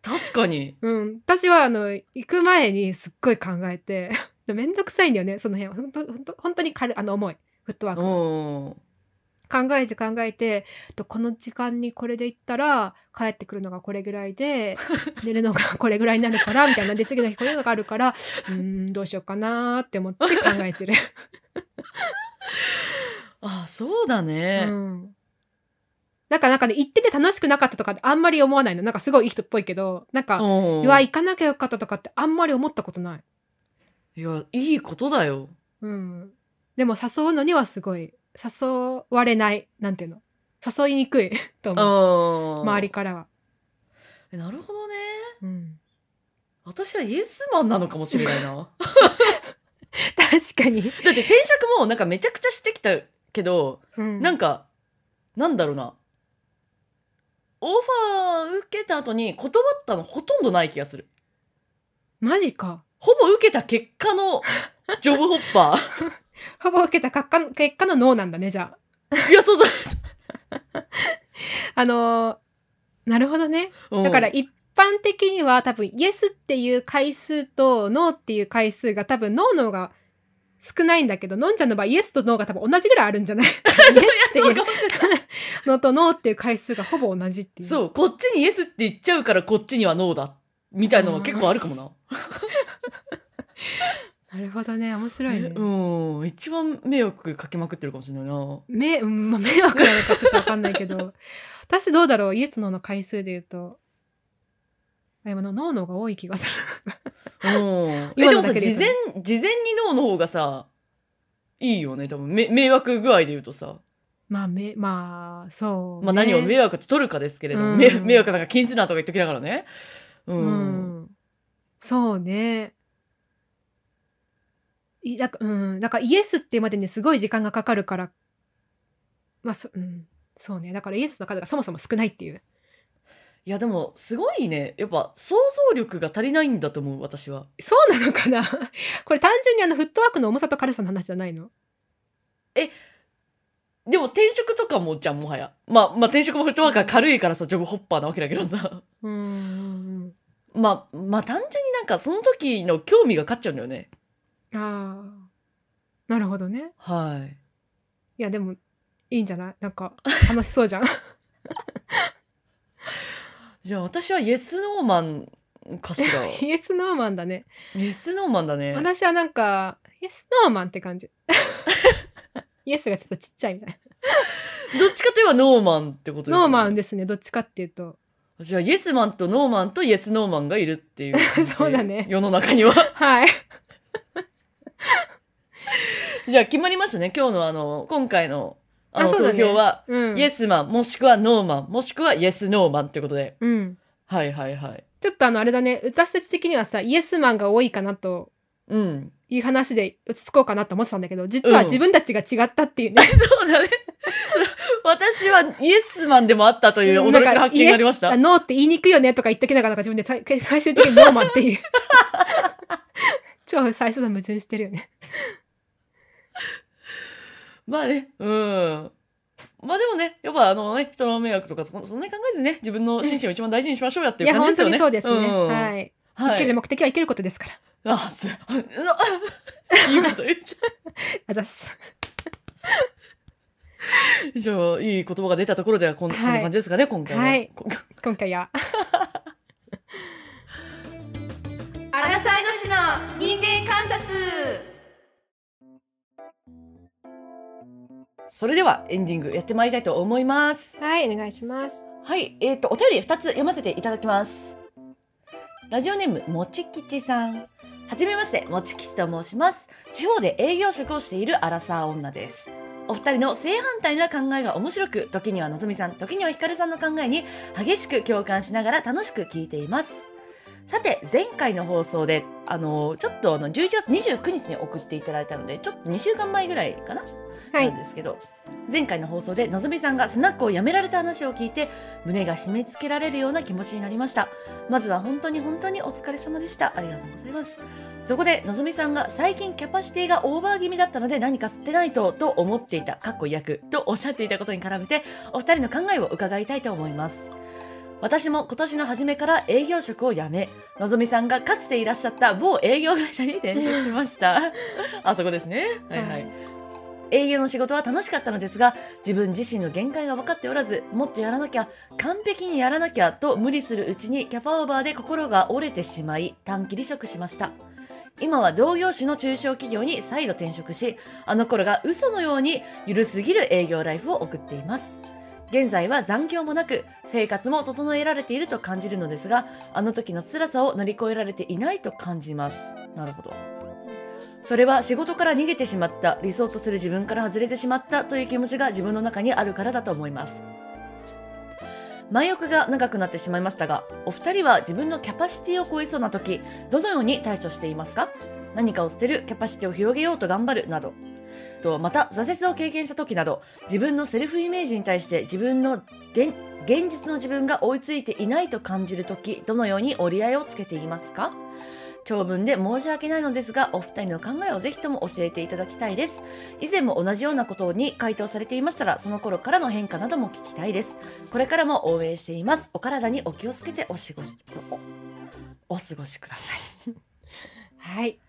確かに。
うん。私は、あの、行く前にすっごい考えて、 でめんどくさいんだよね、その辺は。ほんと、ほんと本当に軽い、あの、重い。フットワーク。
うん。
考えて考えてとこの時間にこれで行ったら帰ってくるのがこれぐら いで寝るのがこれぐらいになるからみたいなで次の日こういうのがあるからうーんどうしようかなーって思って考 えてる、
あ、そうだ
う
ね。
ん、なんかなんかね行ってて楽しくなかったとかってあんまり思わないのなんかすごいいい人っぽいけどなんか、
うん。
うわ行かなきゃよかったとかってあんまり思ったことない、
いや、いいことだよ。
うん、でも誘うのにはすごい誘われないなんていうの誘いにくい と思う
うん。
周り。からは、
なるほどね。
うん、
私はイエスマンなのかもしれない な。
確かに、
だって転職もなんかめちゃくちゃしてきたけど、
うん
なんか、なんだろうな。オファー受けた後に断ったのほとんどない気がする。
マジか。
ほぼ受けた結果 のジョブホッパ
ほぼ受けた結果の結果の脳なんだね、じゃ
ー。いや、そうそうそ
あ。あのーなるほどね。
う。うん
だから、一般的には多分、イエスっていう回数とノーっていう回数が多分、ノーの方が少ないんだけど、のんちゃんの場合、イエスとノーが多分同じぐらいあるんじゃないイエスっ て
そ
いう
か
う
もしれない
のとノーっていう回数がほぼ同じっていう。
そう、こっちにイエスって言っちゃうからこっちにはノーだ。みたいなのは結構あるかもな。
なるほどね。面白いね。
うん。一番迷惑かけまくってるかもしれないな。
め、うん、まあ、迷惑なのかちょっとわかんない けど、私どうだろうイエスノーの回数で言うと、でもノーの方が多い気がする。
うん。え
今
で
の
も
だ
さ
けで
事前事前に脳の方がさいいよね多分め迷惑具合で言うとさ、
まあ、め、まあ、そう、ね。
まあ、何を迷惑と取るかですけれども、
うん
め迷惑なんか気にするなとか言っときながらねう、
うんん。そうね。い、だか、うん。だから、イエスってまでにすごい時間がかかるから、まあ、そ、うん。そうね。だから、イエスの数がそもそも少ないっていう。
いやでもすごいねやっぱ想像力が足りないんだと思う私は
そうなのかな これ単純にあの、フットワークの重さと軽さの話じゃないの
でも転職とかもじゃんもはやまあまあ転職もフットワークが軽いからさジョブホッパーなわけだけどさ
うんうん
まあまあ単純になんかその時の興味が勝っちゃうんだよね
うん。ああ。なるほどね。
はい
いや、でも、いいんじゃないなんか、楽し そうじゃん。
じゃあ私はイエスノーマンかしら
イエスノーマンだね。
イエスノーマンだね
私はなんか、イエスノーマンって 感じ。イエスがちょっとちっちゃいみたい
どっちかといえばノーマンってことです
な。ノーマン
で
ですね、どっちかっていうと。
じゃあイエスマンとノーマンとイエスノーマンがいるっていう感 じ
そうだね
世の中には
はい。
じゃあ決まりましたね今日のあの今回のあの
あそうだ
投
ね
票は、
うん。
イエスマンもしくはノーマンもしくはイエスノーマンってことで
うん。
はいはいはい
ちょっとあの、あれだね、私たち的にはさ、イエスマンが多いかなと
うん
いう話で落ち着こうかなと思ってたんだけど、実は
うん
自分たちが違ったっていう ね。
そうだね私はイエスマンでもあったという驚きの発見がありまし
な
た
んかイエスあノーって言いにくいよねとか言ったけながらなんか自分で最最終的にノーマンっ ていう。超最初と矛盾してるよね。
まあね、うん。まあでもね、やっぱあのね、人の迷惑とか、そんそんなに考えずね、自分の心身を一番大事にしましょうやって
い
いう
や、
感じで
本
す
当
よ
に
ね。
そうですね。
うん
は。い。生
は
きる
い。
目的は生きることですから。
あ、す、 うわいいこと言っちゃ
あざっす。
う。以上、いい言葉が出たところではこん,、
はい
こんな感じですかね、今回は。
はい
こん
今 回や。
アラサイの市の人間観察
それではエンディングやってまいりたいと思います。
はい、お願いします。
はい、えっ、と、お便り2つ読ませていただきます。ラジオネーム、もちきちさん。はじめまして、もちきちと申します。地方で営業職をしているアラサー女です。お二人の正反対な考えが面白く、時にはのぞみさん、時にはひかるさんの考えに激しく共感しながら楽しく聞いています。さて、前回の放送で、あの、ちょっとあの、11月29日に送っていただいたので、ちょっと2週間前ぐらいかな
は
なん
い。
ですけど、前回の放送でのぞみさんがスナックをやめられた話を聞いて胸が締め付けられるような気持ちになりましたまずは本当に本当にお疲れ様でしたありがとうございますそこでのぞみさんが最近キャパシティがオーバー気味だったので何か捨てないとと思っていたかっこ役とおっしゃっていたことに絡めてお二人の考えを伺いたいと思います私も今年の初めから営業職を辞め、のぞみさんがかつていらっしゃった某営業会社に転職しました。あそこですね。はいはい。営業の仕事は楽しかったのですが、自分自身の限界が分かっておらず、もっとやらなきゃ、完璧にやらなきゃと無理するうちにキャパオーバーで心が折れてしまい、短期離職しました。今は同業種の中小企業に再度転職し、あの頃が嘘のようにゆるすぎる営業ライフを送っています。現在は残業もなく、生活も整えられていると感じるのですが、あの時の辛さを乗り越えられていないと感じます。なるほど。それは仕事から逃げてしまった、理想とする自分から外れてしまったという気持ちが自分の中にあるからだと思います。前置きが長くなってしまいましたが、お二人は自分のキャパシティを超えそうな時、どのように対処していますか何かを捨てる、キャパシティを広げようと頑張るなど。とまた、挫折を経験した時など、自分のセルフイメージに対して自分の現現実の自分が追いついていないと感じる時、どのように折り合いをつけていますか長文で申し訳ないのですが、お二人の考えをぜひとも教えていただきたいです。以前も同じようなことに回答されていましたら、その頃からの変化なども聞きたいです。これからも応援しています。お体にお気をつけてお過ごし、お、お過ごしください。
はい。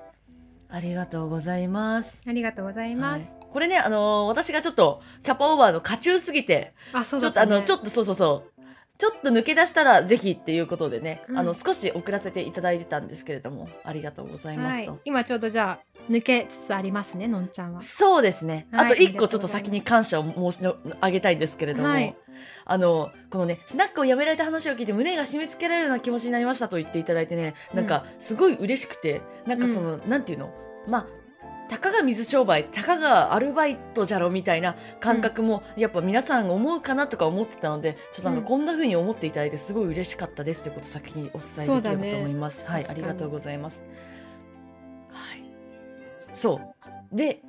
ありがとうございます。
ありがとうございます。
はいこれね、あのー私がちょっと、キャパオーバーの過中すぎて、
あ、そう
ちょ
だ
っ
っ
とあ
た
の
ね。
ちょっとそうそうそうちょっと抜け出したらぜひっていうことでね、
うん
あの少し遅らせていただいてたんですけれどもありがとうございますと、
はい。今ちょうどじゃあ、抜けつつありますね、のんちゃんは。
そうですね、
はい
あと一個
ありが
ちょっ
とうご
と
ざいます
先に感謝を申し上げたいんですけれども、
はい
あのこのねスナックをやめられた話を聞いて胸が締め付けられるような気持ちになりましたと言っていただいてねなんかすごい嬉しくてなんかその、なんていうのまあたかが水商売たかがアルバイトじゃろみたいな感覚もやっぱ皆さん思うかなとか思ってたので、ちょっとなんか
うん
こんな風に思っていただいてすごい嬉しかったですということを先にお伝えできればと思います。
そうだ
はいあ
ね確か
り
に
がとうございます。はいそうで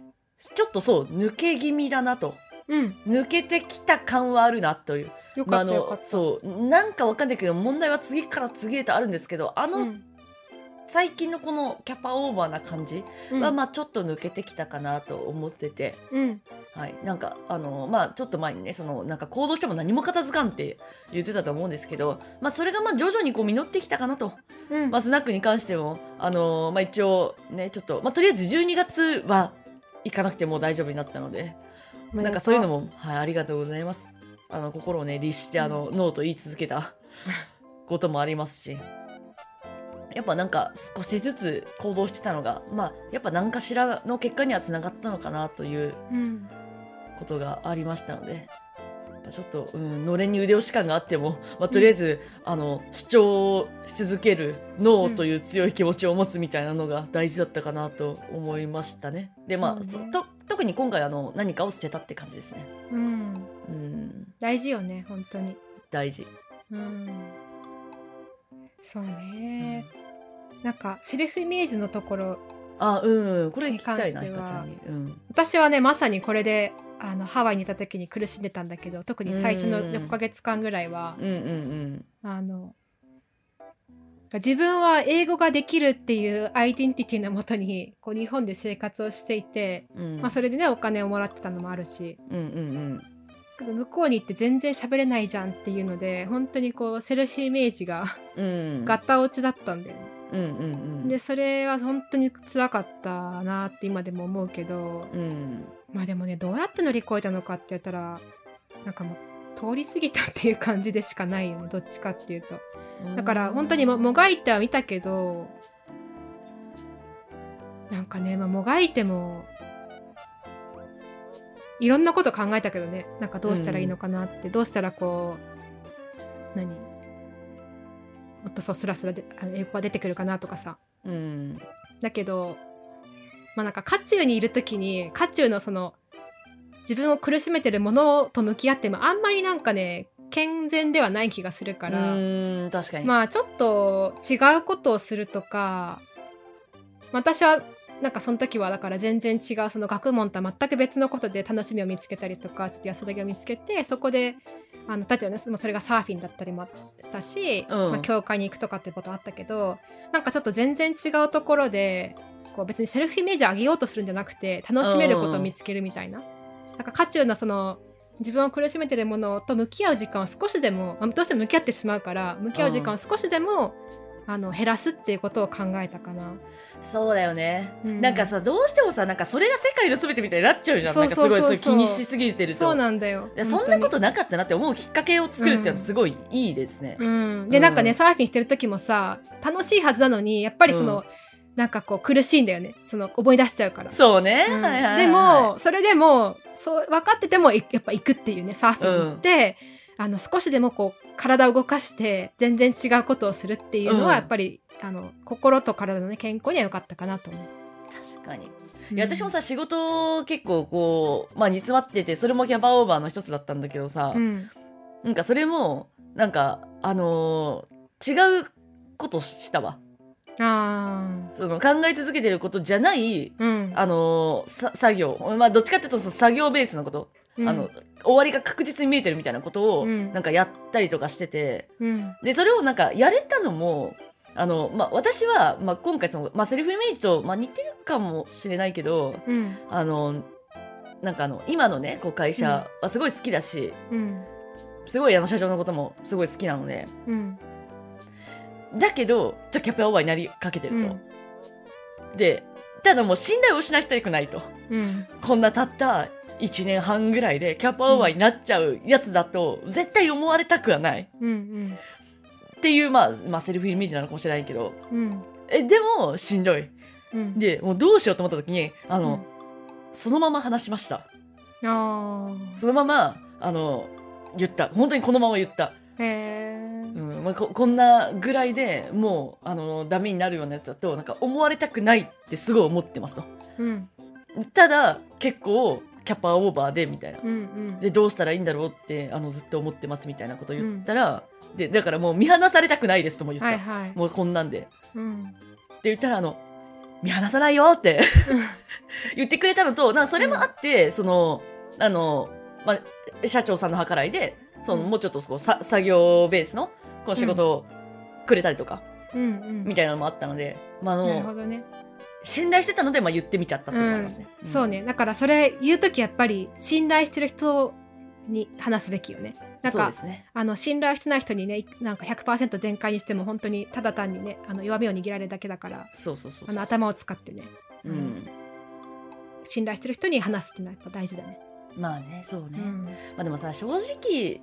ちょっとそう抜け気味だなと
うん。
抜けてきた感はあるなという
よ
まあ、あ
かったよか
の
った。
そうなんかわかんないけど問題は次から次へとあるんですけどあの、
うん
最近のこのキャパオーバーな感じ
うん
は、まあちょっと抜けてきたかなと思ってて、
うん。
はい、なんかあのまあちょっと前にねそのなんか行動しても何も片付かんって言ってたと思うんですけど、まあ、それがまあ徐々にこう実ってきたかなと、
うん。
まあ、スナックに関してもあの、まあ、一応ねちょっと、まあ、とりあえず12月は行かなくても大丈夫になったので。
おめでと
なんかそういうの。も、はい、ありがとうございます。あの心をね律してあの、ノーと言い続けたこともありますし、やっぱなんか少しずつ行動してたのがまあやっぱ何かしらの結果にはつながったのかなという
うん、
ことがありましたのでやっぱちょっと、うん、のれんに腕押し感があっても、まあ、とりあえず、あの主張し続けるノーという強い気持ちを持つみたいなのが大事だったかなと思いましたね。でまあ、
そうね
と特に今回あの何かを捨てたって感じですね。
うん、
うん
大事よね本当に
大事。
うんそうね、なんかセルフイメージのところ
あうんこれ聞きたいなひ
に関して
か
は
ちゃんに。うん
私はねまさにこれであのハワイにいた時に苦しんでたんだけど特に最初の
うん
6ヶ月間ぐらいは
うんうん
あの自分は英語ができるっていうアイデンティティのもとにこう日本で生活をしていて、
うんうん
まあ、それでねお金をもらってたのもあるし
うんうん
けど向こうに行って全然喋れないじゃんっていうので本当にこうセルフイメージが
うんうん
ガタ落ちだったんだよね。
うんうんうん
でそれは本当に辛かったなって今でも思うけど
うん
まあでもねどうやって乗り越えたのかって言ったらなんかもう通り過ぎたっていう感じでしかないよねどっちかっていうとだから本当にももがいては見たけどなんかね、まあ、もがいてもいろんなこと考えたけどねなんかどうしたらいいのかなって、どうしたらこう何もっとそうスラスラであ英語が出てくるかなとかさ
うん
だけどまあなんか渦中にいる時に渦中のその自分を苦しめてるものと向き合ってもあんまりなんかね健全ではない気がするから、
うん確かに
まあちょっと違うことをするとかまあ私はなんかその時はだから全然違うその学問とは全く別のことで楽しみを見つけたりとかちょっと安らぎを見つけてそこであのだってねもうそれがサーフィンだったりもしたし、
うん
まあ、教会に行くとかってことあったけどなんかちょっと全然違うところでこう別にセルフイメージ上げようとするんじゃなくて楽しめることを見つけるみたいな。なんか渦中のその自分を苦しめてるものと向き合う時間を少しでも、まあどうしても向き合ってしまうから向き合う時間を少しでも、あの減らすっていうことを考えたかな。
そうだよね、
うん
なんかさどうしてもさなんかそれが世界の全てみたいになっちゃうじゃん
そ
な
うん
かす
そう
ご
そう
い
そ
そうれ気にしすぎてると
そうなんだよ
いやそんなこ
本
となかったなって思うきっかけを作るっていうのはすごいいいですね
当に、うん、
う
で
ん
なんかね、サーフィンしてる時もさ楽しいはずなのにやっぱりその、
う
なんかこう苦しいんだよねその思い出しちゃうから。
そうね、
うん
はいはいはい
でもそれでもそう分かっててもいやっぱ行くっていうねサーフィンに行って、あの少しでもこう体を動かして全然違うことをするっていうの
うん
はやっぱり、あの心と体の、ね、健康には良かったかなと思う。
確かに
うん
いや私も、さ仕事結構こうまあ煮詰まっててそれもキャパオーバーの一つだったんだけどさ、
うん
なんかそれもなんかあのー違うことしたわ
あ
その考え続けてることじゃない
ーうん、
あのーさ作業まあどっちかっていうとその作業ベースのこと、
うん
あの、終わりが確実に見えてるみたいなことを
うん
なんかやったりとかしてて、
うん
でそれをなんかやれたのもあの、まあ、私は、まあ、今回その、まあ、セルフイメージと、まあ、似てるかもしれないけど
うん
あのなんかあの今のねこう会社はすごい好きだし、
うん
すごいあの社長のこともすごい好きなので
うん
だけどちょっとキャパオーバーになりかけてると。でただもう信頼を失いたくないと。
うん
こんなたった1年半ぐらいでキャパオーバーになっちゃうやつだと絶対思われたくはない
うんうん
っていう、まあ、まあセルフイメージなのかもしれないけど
うん
えでもしんどい
うん
でもうどうしようと思った時にあ
う
の、
ん
そのまま話しました
あー
そのままあの言った本当にこのまま言った、
へえ
うんまあ、ここんなぐらいでもうあのダメになるようなやつだとなんか思われたくないってすごい思ってますと
うん
ただ結構キャパオーバーでみたいな
うんうん
でどうしたらいいんだろうってあのずっと思ってますみたいなことを言ったら、でだからもう見放されたくないですとも言った、
はいはい
もうこんなんでって
うん
言ったらあの見放さないよって言ってくれたのとなんかそれもあって、そのあの、まあ、社長さんの計らいでその、
うん
もうちょっとこうさ作業ベースのこう仕事をくれたりとか、
うん うん
みたいなのもあったので、まあ、あ
なるほ
の
どね
信頼してたので、まあ、言ってみちゃったっていうのがありますね。ん
そうねだからそれ言う時やっぱり信頼してる人に話すべきよねなん
そうで
か
すね
あの信頼してない人にねいなんか100%全開にしても本当にただ単にねあの弱みを握られるだけだから
そうそうそう
あ
そう
の頭を使ってね
うん、
信頼してる人に話すってのはやっぱ大事だね。
まあねそうね、
うん
まあでもさ正直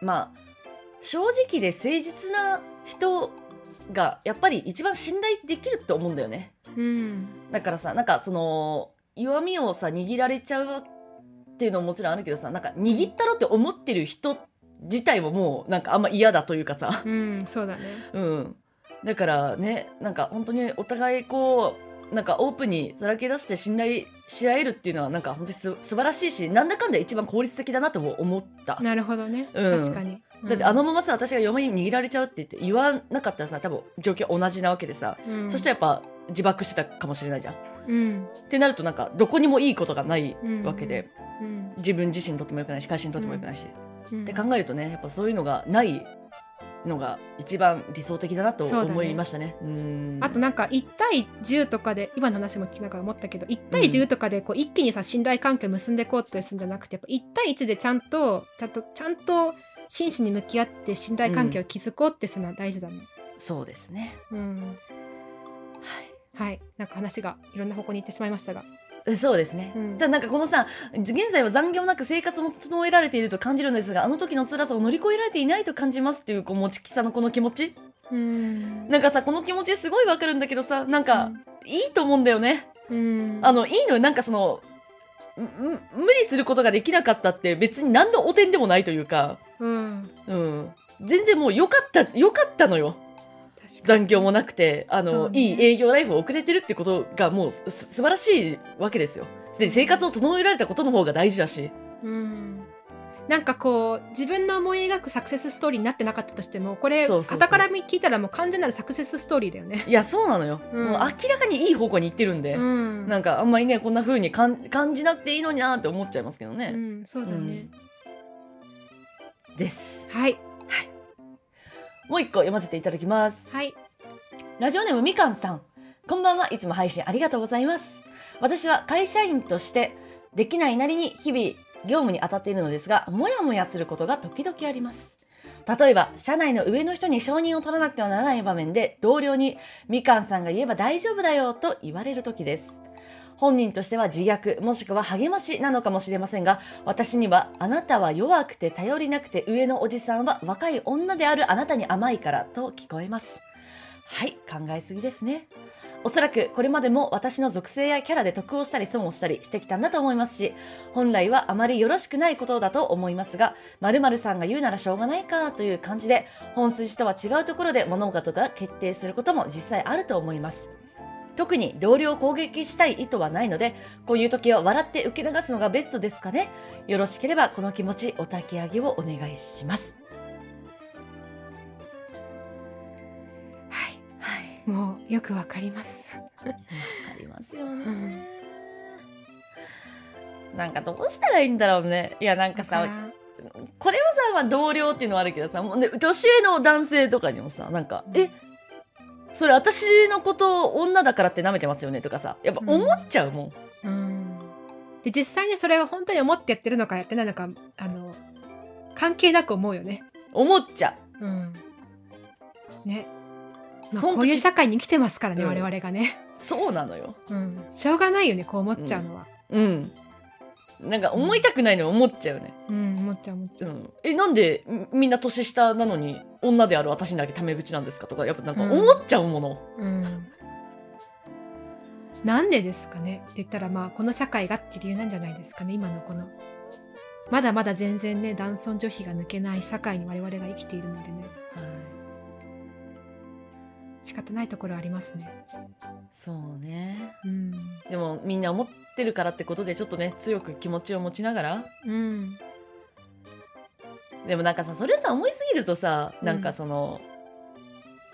まあ正直で誠実な人がやっぱり一番信頼できるって思うんだよね
うん
だからさなんかその弱みをさ握られちゃうっていうのももちろんあるけどさなんか握ったろって思ってる人自体ももうなんかあんま嫌だというかさ
うんそうだね
うん、だからねなんか本当にお互いこうなんかオープンにさらけ出して信頼し合えるっていうのはなんか本当にす素晴らしいしなんだかんだ一番効率的だなとも思った、
なるほどね、
うん
確かに、
だってあのままさ私が嫁に握られちゃうって言って言わなかったらさ多分状況同じなわけでさ、
うん、
そしたらやっぱ自爆してたかもしれないじゃん。っ
うん
てなるとなんかどこにもいいことがないわけで、
うん
自分自身にとってもよくないし会社にとってもよくないし、
うん
って考えるとねやっぱそういうのがないのが一番理想的だなと
そうだね
思いましたね。うん
あとなんか1対10とかで今の話も聞きながら思ったけど1対10とかでこう一気にさ信頼関係を結んでいこうってするんじゃなくてやっぱ1対1でちゃんとちゃんとちゃんと真摯に向き合って信頼関係を築こうってするのは大事だね。
そうですね。
うん、はいなんか話がいろんな方向に行ってしまいましたが
そうですね。
うん
ただなんかこのさ、現在は残業なく生活も整えられていると感じるのですが、あの時の辛さを乗り越えられていないと感じますっていう、こう、もちきさんのこの気持ち。
うん
なんかさ、この気持ちすごいわかるんだけどさ、なんか、いいと思うんだよね。
うん、
あの、いいのよ。なんかその、んん無理することができなかったって別に何の汚点でもないというか、
うん、
うん。全然もう良かった、良かったのよ。
確かに
残業もなくて、あ
そ
の、
うね
いい営業ライフを送れてるってことがもうすす素晴らしいわけですよ。で、生活を整えられたことの方が大事だし。
うんなんかこう自分の思い描くサクセスストーリーになってなかったとしてもこれ
そうそうそう
傍から聞いたらもう完全なるサクセスストーリーだよね。
いや、そうなのよ。
うん
もう明らかにいい方向に行ってるんで、
うん
なんかあんまりね、こんな風にかん感じなくていいのになーって思っちゃいますけど
う
ね。
ん、そうだね。
うんです。
はい、
もう一個読ませていただきます。
はい、
ラジオネームみかんさん。こんばんはいつも配信ありがとうございます。私は会社員としてできないなりに日々業務に当たっているのですが、もやもやすることが時々あります。例えば、社内の上の人に承認を取らなくてはならない場面で、同僚にみかんさんが言えば大丈夫だよと言われる時です。本人としては自虐、もしくは励ましなのかもしれませんが、私には、あなたは弱くて頼りなくて上のおじさんは若い女であるあなたに甘いからと聞こえます。はい、考えすぎですね。おそらくこれまでも私の属性やキャラで得をしたり損をしたりしてきたんだと思いますし、本来はあまりよろしくないことだと思いますが、〇〇さんが言うならしょうがないかという感じで、本筋とは違うところで物事が決定することも実際あると思います。特に同僚を攻撃したい意図はないので、こういう時は笑って受け流すのがベストですかね。よろしければこの気持ちお焚き上げをお願いします。
はい、
はい。
もうよくわかります。
わかりますよ
う
ね
ん。
なんかどうしたらいいんだろうね。いやなんか
だか
さ、
ら
これはさ、まあ、同僚っていうのはあるけどさ、もうね、年上の男性とかにもさ、なんか、え、それ私のこと女だからって舐めてますよねとかさ、やっぱ思っちゃうもん。
うん、で実際にそれを本当に思ってやってるのかやってないのかあの関係なく思うよね。
思っちゃ
うん、ね、
う。
まあ
そん
こういう
時、
社会に生きてますからね、
うん
我々がね。
そうなのよ。
うん、しょうがないよねこう思っちゃうのは。
うん。なんか思いたくないの思っちゃうね。
うん、思っちゃう思っち
う
ゃう。
ん。え、なんでみみんな年下なのに女である私にだけタメ口なんですかとか、やっぱなんか
うん
思っちゃうもの。
うんなんでですかねって言ったらまあこの社会がって理由なんじゃないですかね今のこのまだまだ全然ね男尊女卑が抜けない社会に我々が生きているのでね
はい
仕方ないところありますね。
そうね
うん、
でもみんな思ってるからってことでちょっとね強く気持ちを持ちながら
うん、
でもなんかさそれさ思いすぎるとさ
うん
なんかその、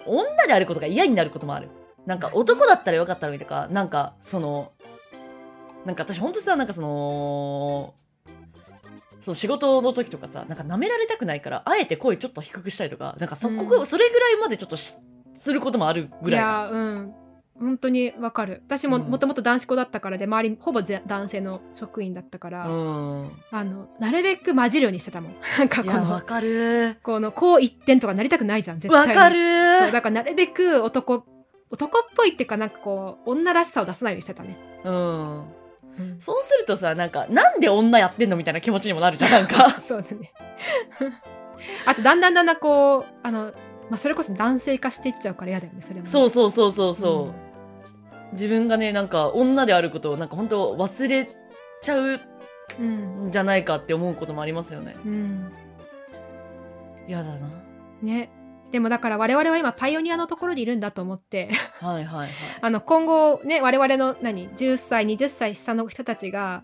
女であることが嫌になることもあるなんか男だったらよかったのにとかなんかそのなんか私ほんとさなんかそのそう仕事の時とかさなんか舐められたくないからあえて声ちょっと低くしたりとかなんかそこ、
うん
それぐらいまでちょっとしすることもあるぐらい
い
な
やうん本当にわかる私も
うん
もともと男子校だったからで周りほぼぜ男性の職員だったから、
うん
あのなるべく混じるようにしてたもんなんか
い
こ
やわ
の
かる
このこう一点とかなりたくないじゃん絶対
わ
に
かる
そうだからなるべく男男っぽいっていうかなんかこう女らしさを出さないようにしてたね、
うん
うん
そうするとさ、なんか、なんで女やってんのみたいな
。
気持ちにもなるじゃん、なんか
そうだねあとだんだんだんだんこうあのまあ、それこそ男性化していっちゃうから嫌だよねそれも
そううそうそうそうそう、
ん
自分がねなんか女であることをなんか本当忘れちゃう
うん、
んじゃないかって思うこともありますよね
うん
嫌だな
ねでもだから我々は今パイオニアのところにいるんだと思って
はいはいはい
あの今後ね我々の何10歳20歳下の人たちが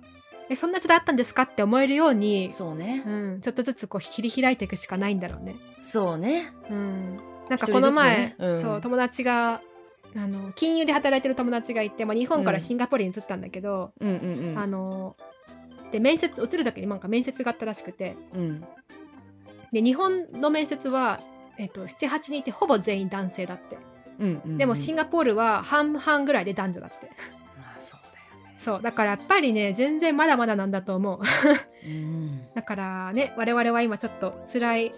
えそんな時代あったんですかって思えるように
そうね
うん、ちょっとずつこう切り開いていくしかないんだろうね。
そうね
うん、なんかこの
一
前、
人ずつねうん
そう友達があの金融で働いてる友達がいて、まあ、日本からシンガポールに移ったんだけど、
うんうん
あので面接移るだけになんか面接があったらしくて
うんうん
で日本の面接は、えっと78人いてほぼ全員男性だって
うんうん
でもシンガポールは半々ぐらいで男女だって
まあそうだよね
そうだからやっぱりね全然まだまだなんだと思う
うん
だからね我々は今ちょっと辛い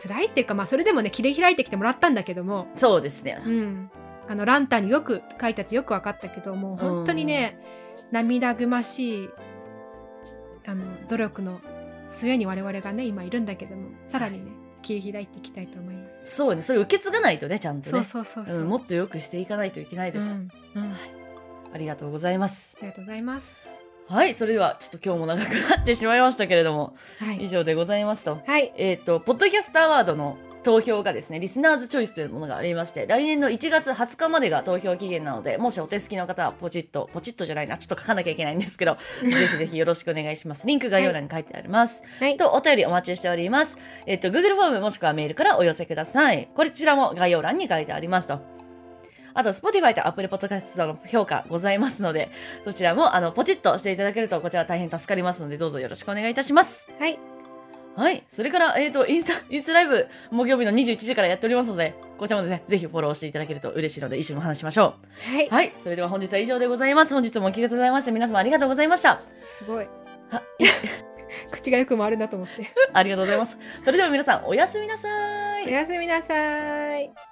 辛いっていうかまあそれでもね切り開いてきてもらったんだけども
そうですね
うん、あのランタンによく書いてあってよく分かったけどもう本当にね、涙ぐましいあの努力の末に我々がね今いるんだけどもさらにね切り開いていきたいと思います。
そうねそれ受け継がないとねちゃんとね
そうそうそうそう、
うんもっと良くしていかないといけないです、
うんうんあ
ありがとうございます
りがとうございます。
はいそれではちょっと今日も長くなってしまいましたけれども
は
以
い、
上でございますと
はい、
えっ、と、ポッドキャストアワードの投票がですね、リスナーズチョイスというものがありまして、来年の1月20日までが投票期限なので、もしお手すきの方はポチッと、ポチッとじゃないな、ちょっと書かなきゃいけないんですけど、ぜひぜひよろしくお願いします。リンク概要欄に書いてあります。
はい
と、お便りお待ちしております。えっ、と、Google フォームもしくはメールからお寄せください。こちらも概要欄に書いてありますと。あと、Spotify と Apple Podcast の評価ございますので、そちらも、あの、ポチッとしていただけると、こちら大変助かりますので、どうぞよろしくお願いいたします。
はい、
はい。それから、えっ、と、インスタ、インスタライブ、木曜日の21時からやっておりますので、こちらもですね、ぜひフォローしていただけると嬉しいので、一緒にお話ししましょ。、
はいう
はい。それでは本日は以上でございます。本日もお聞きくださいまして、皆様ありがとうございました。
すごい
あ、
口がよく回るなと思って。
ありがとうございます。それでは皆さん、おやすみなさーい
お。やすみなさい。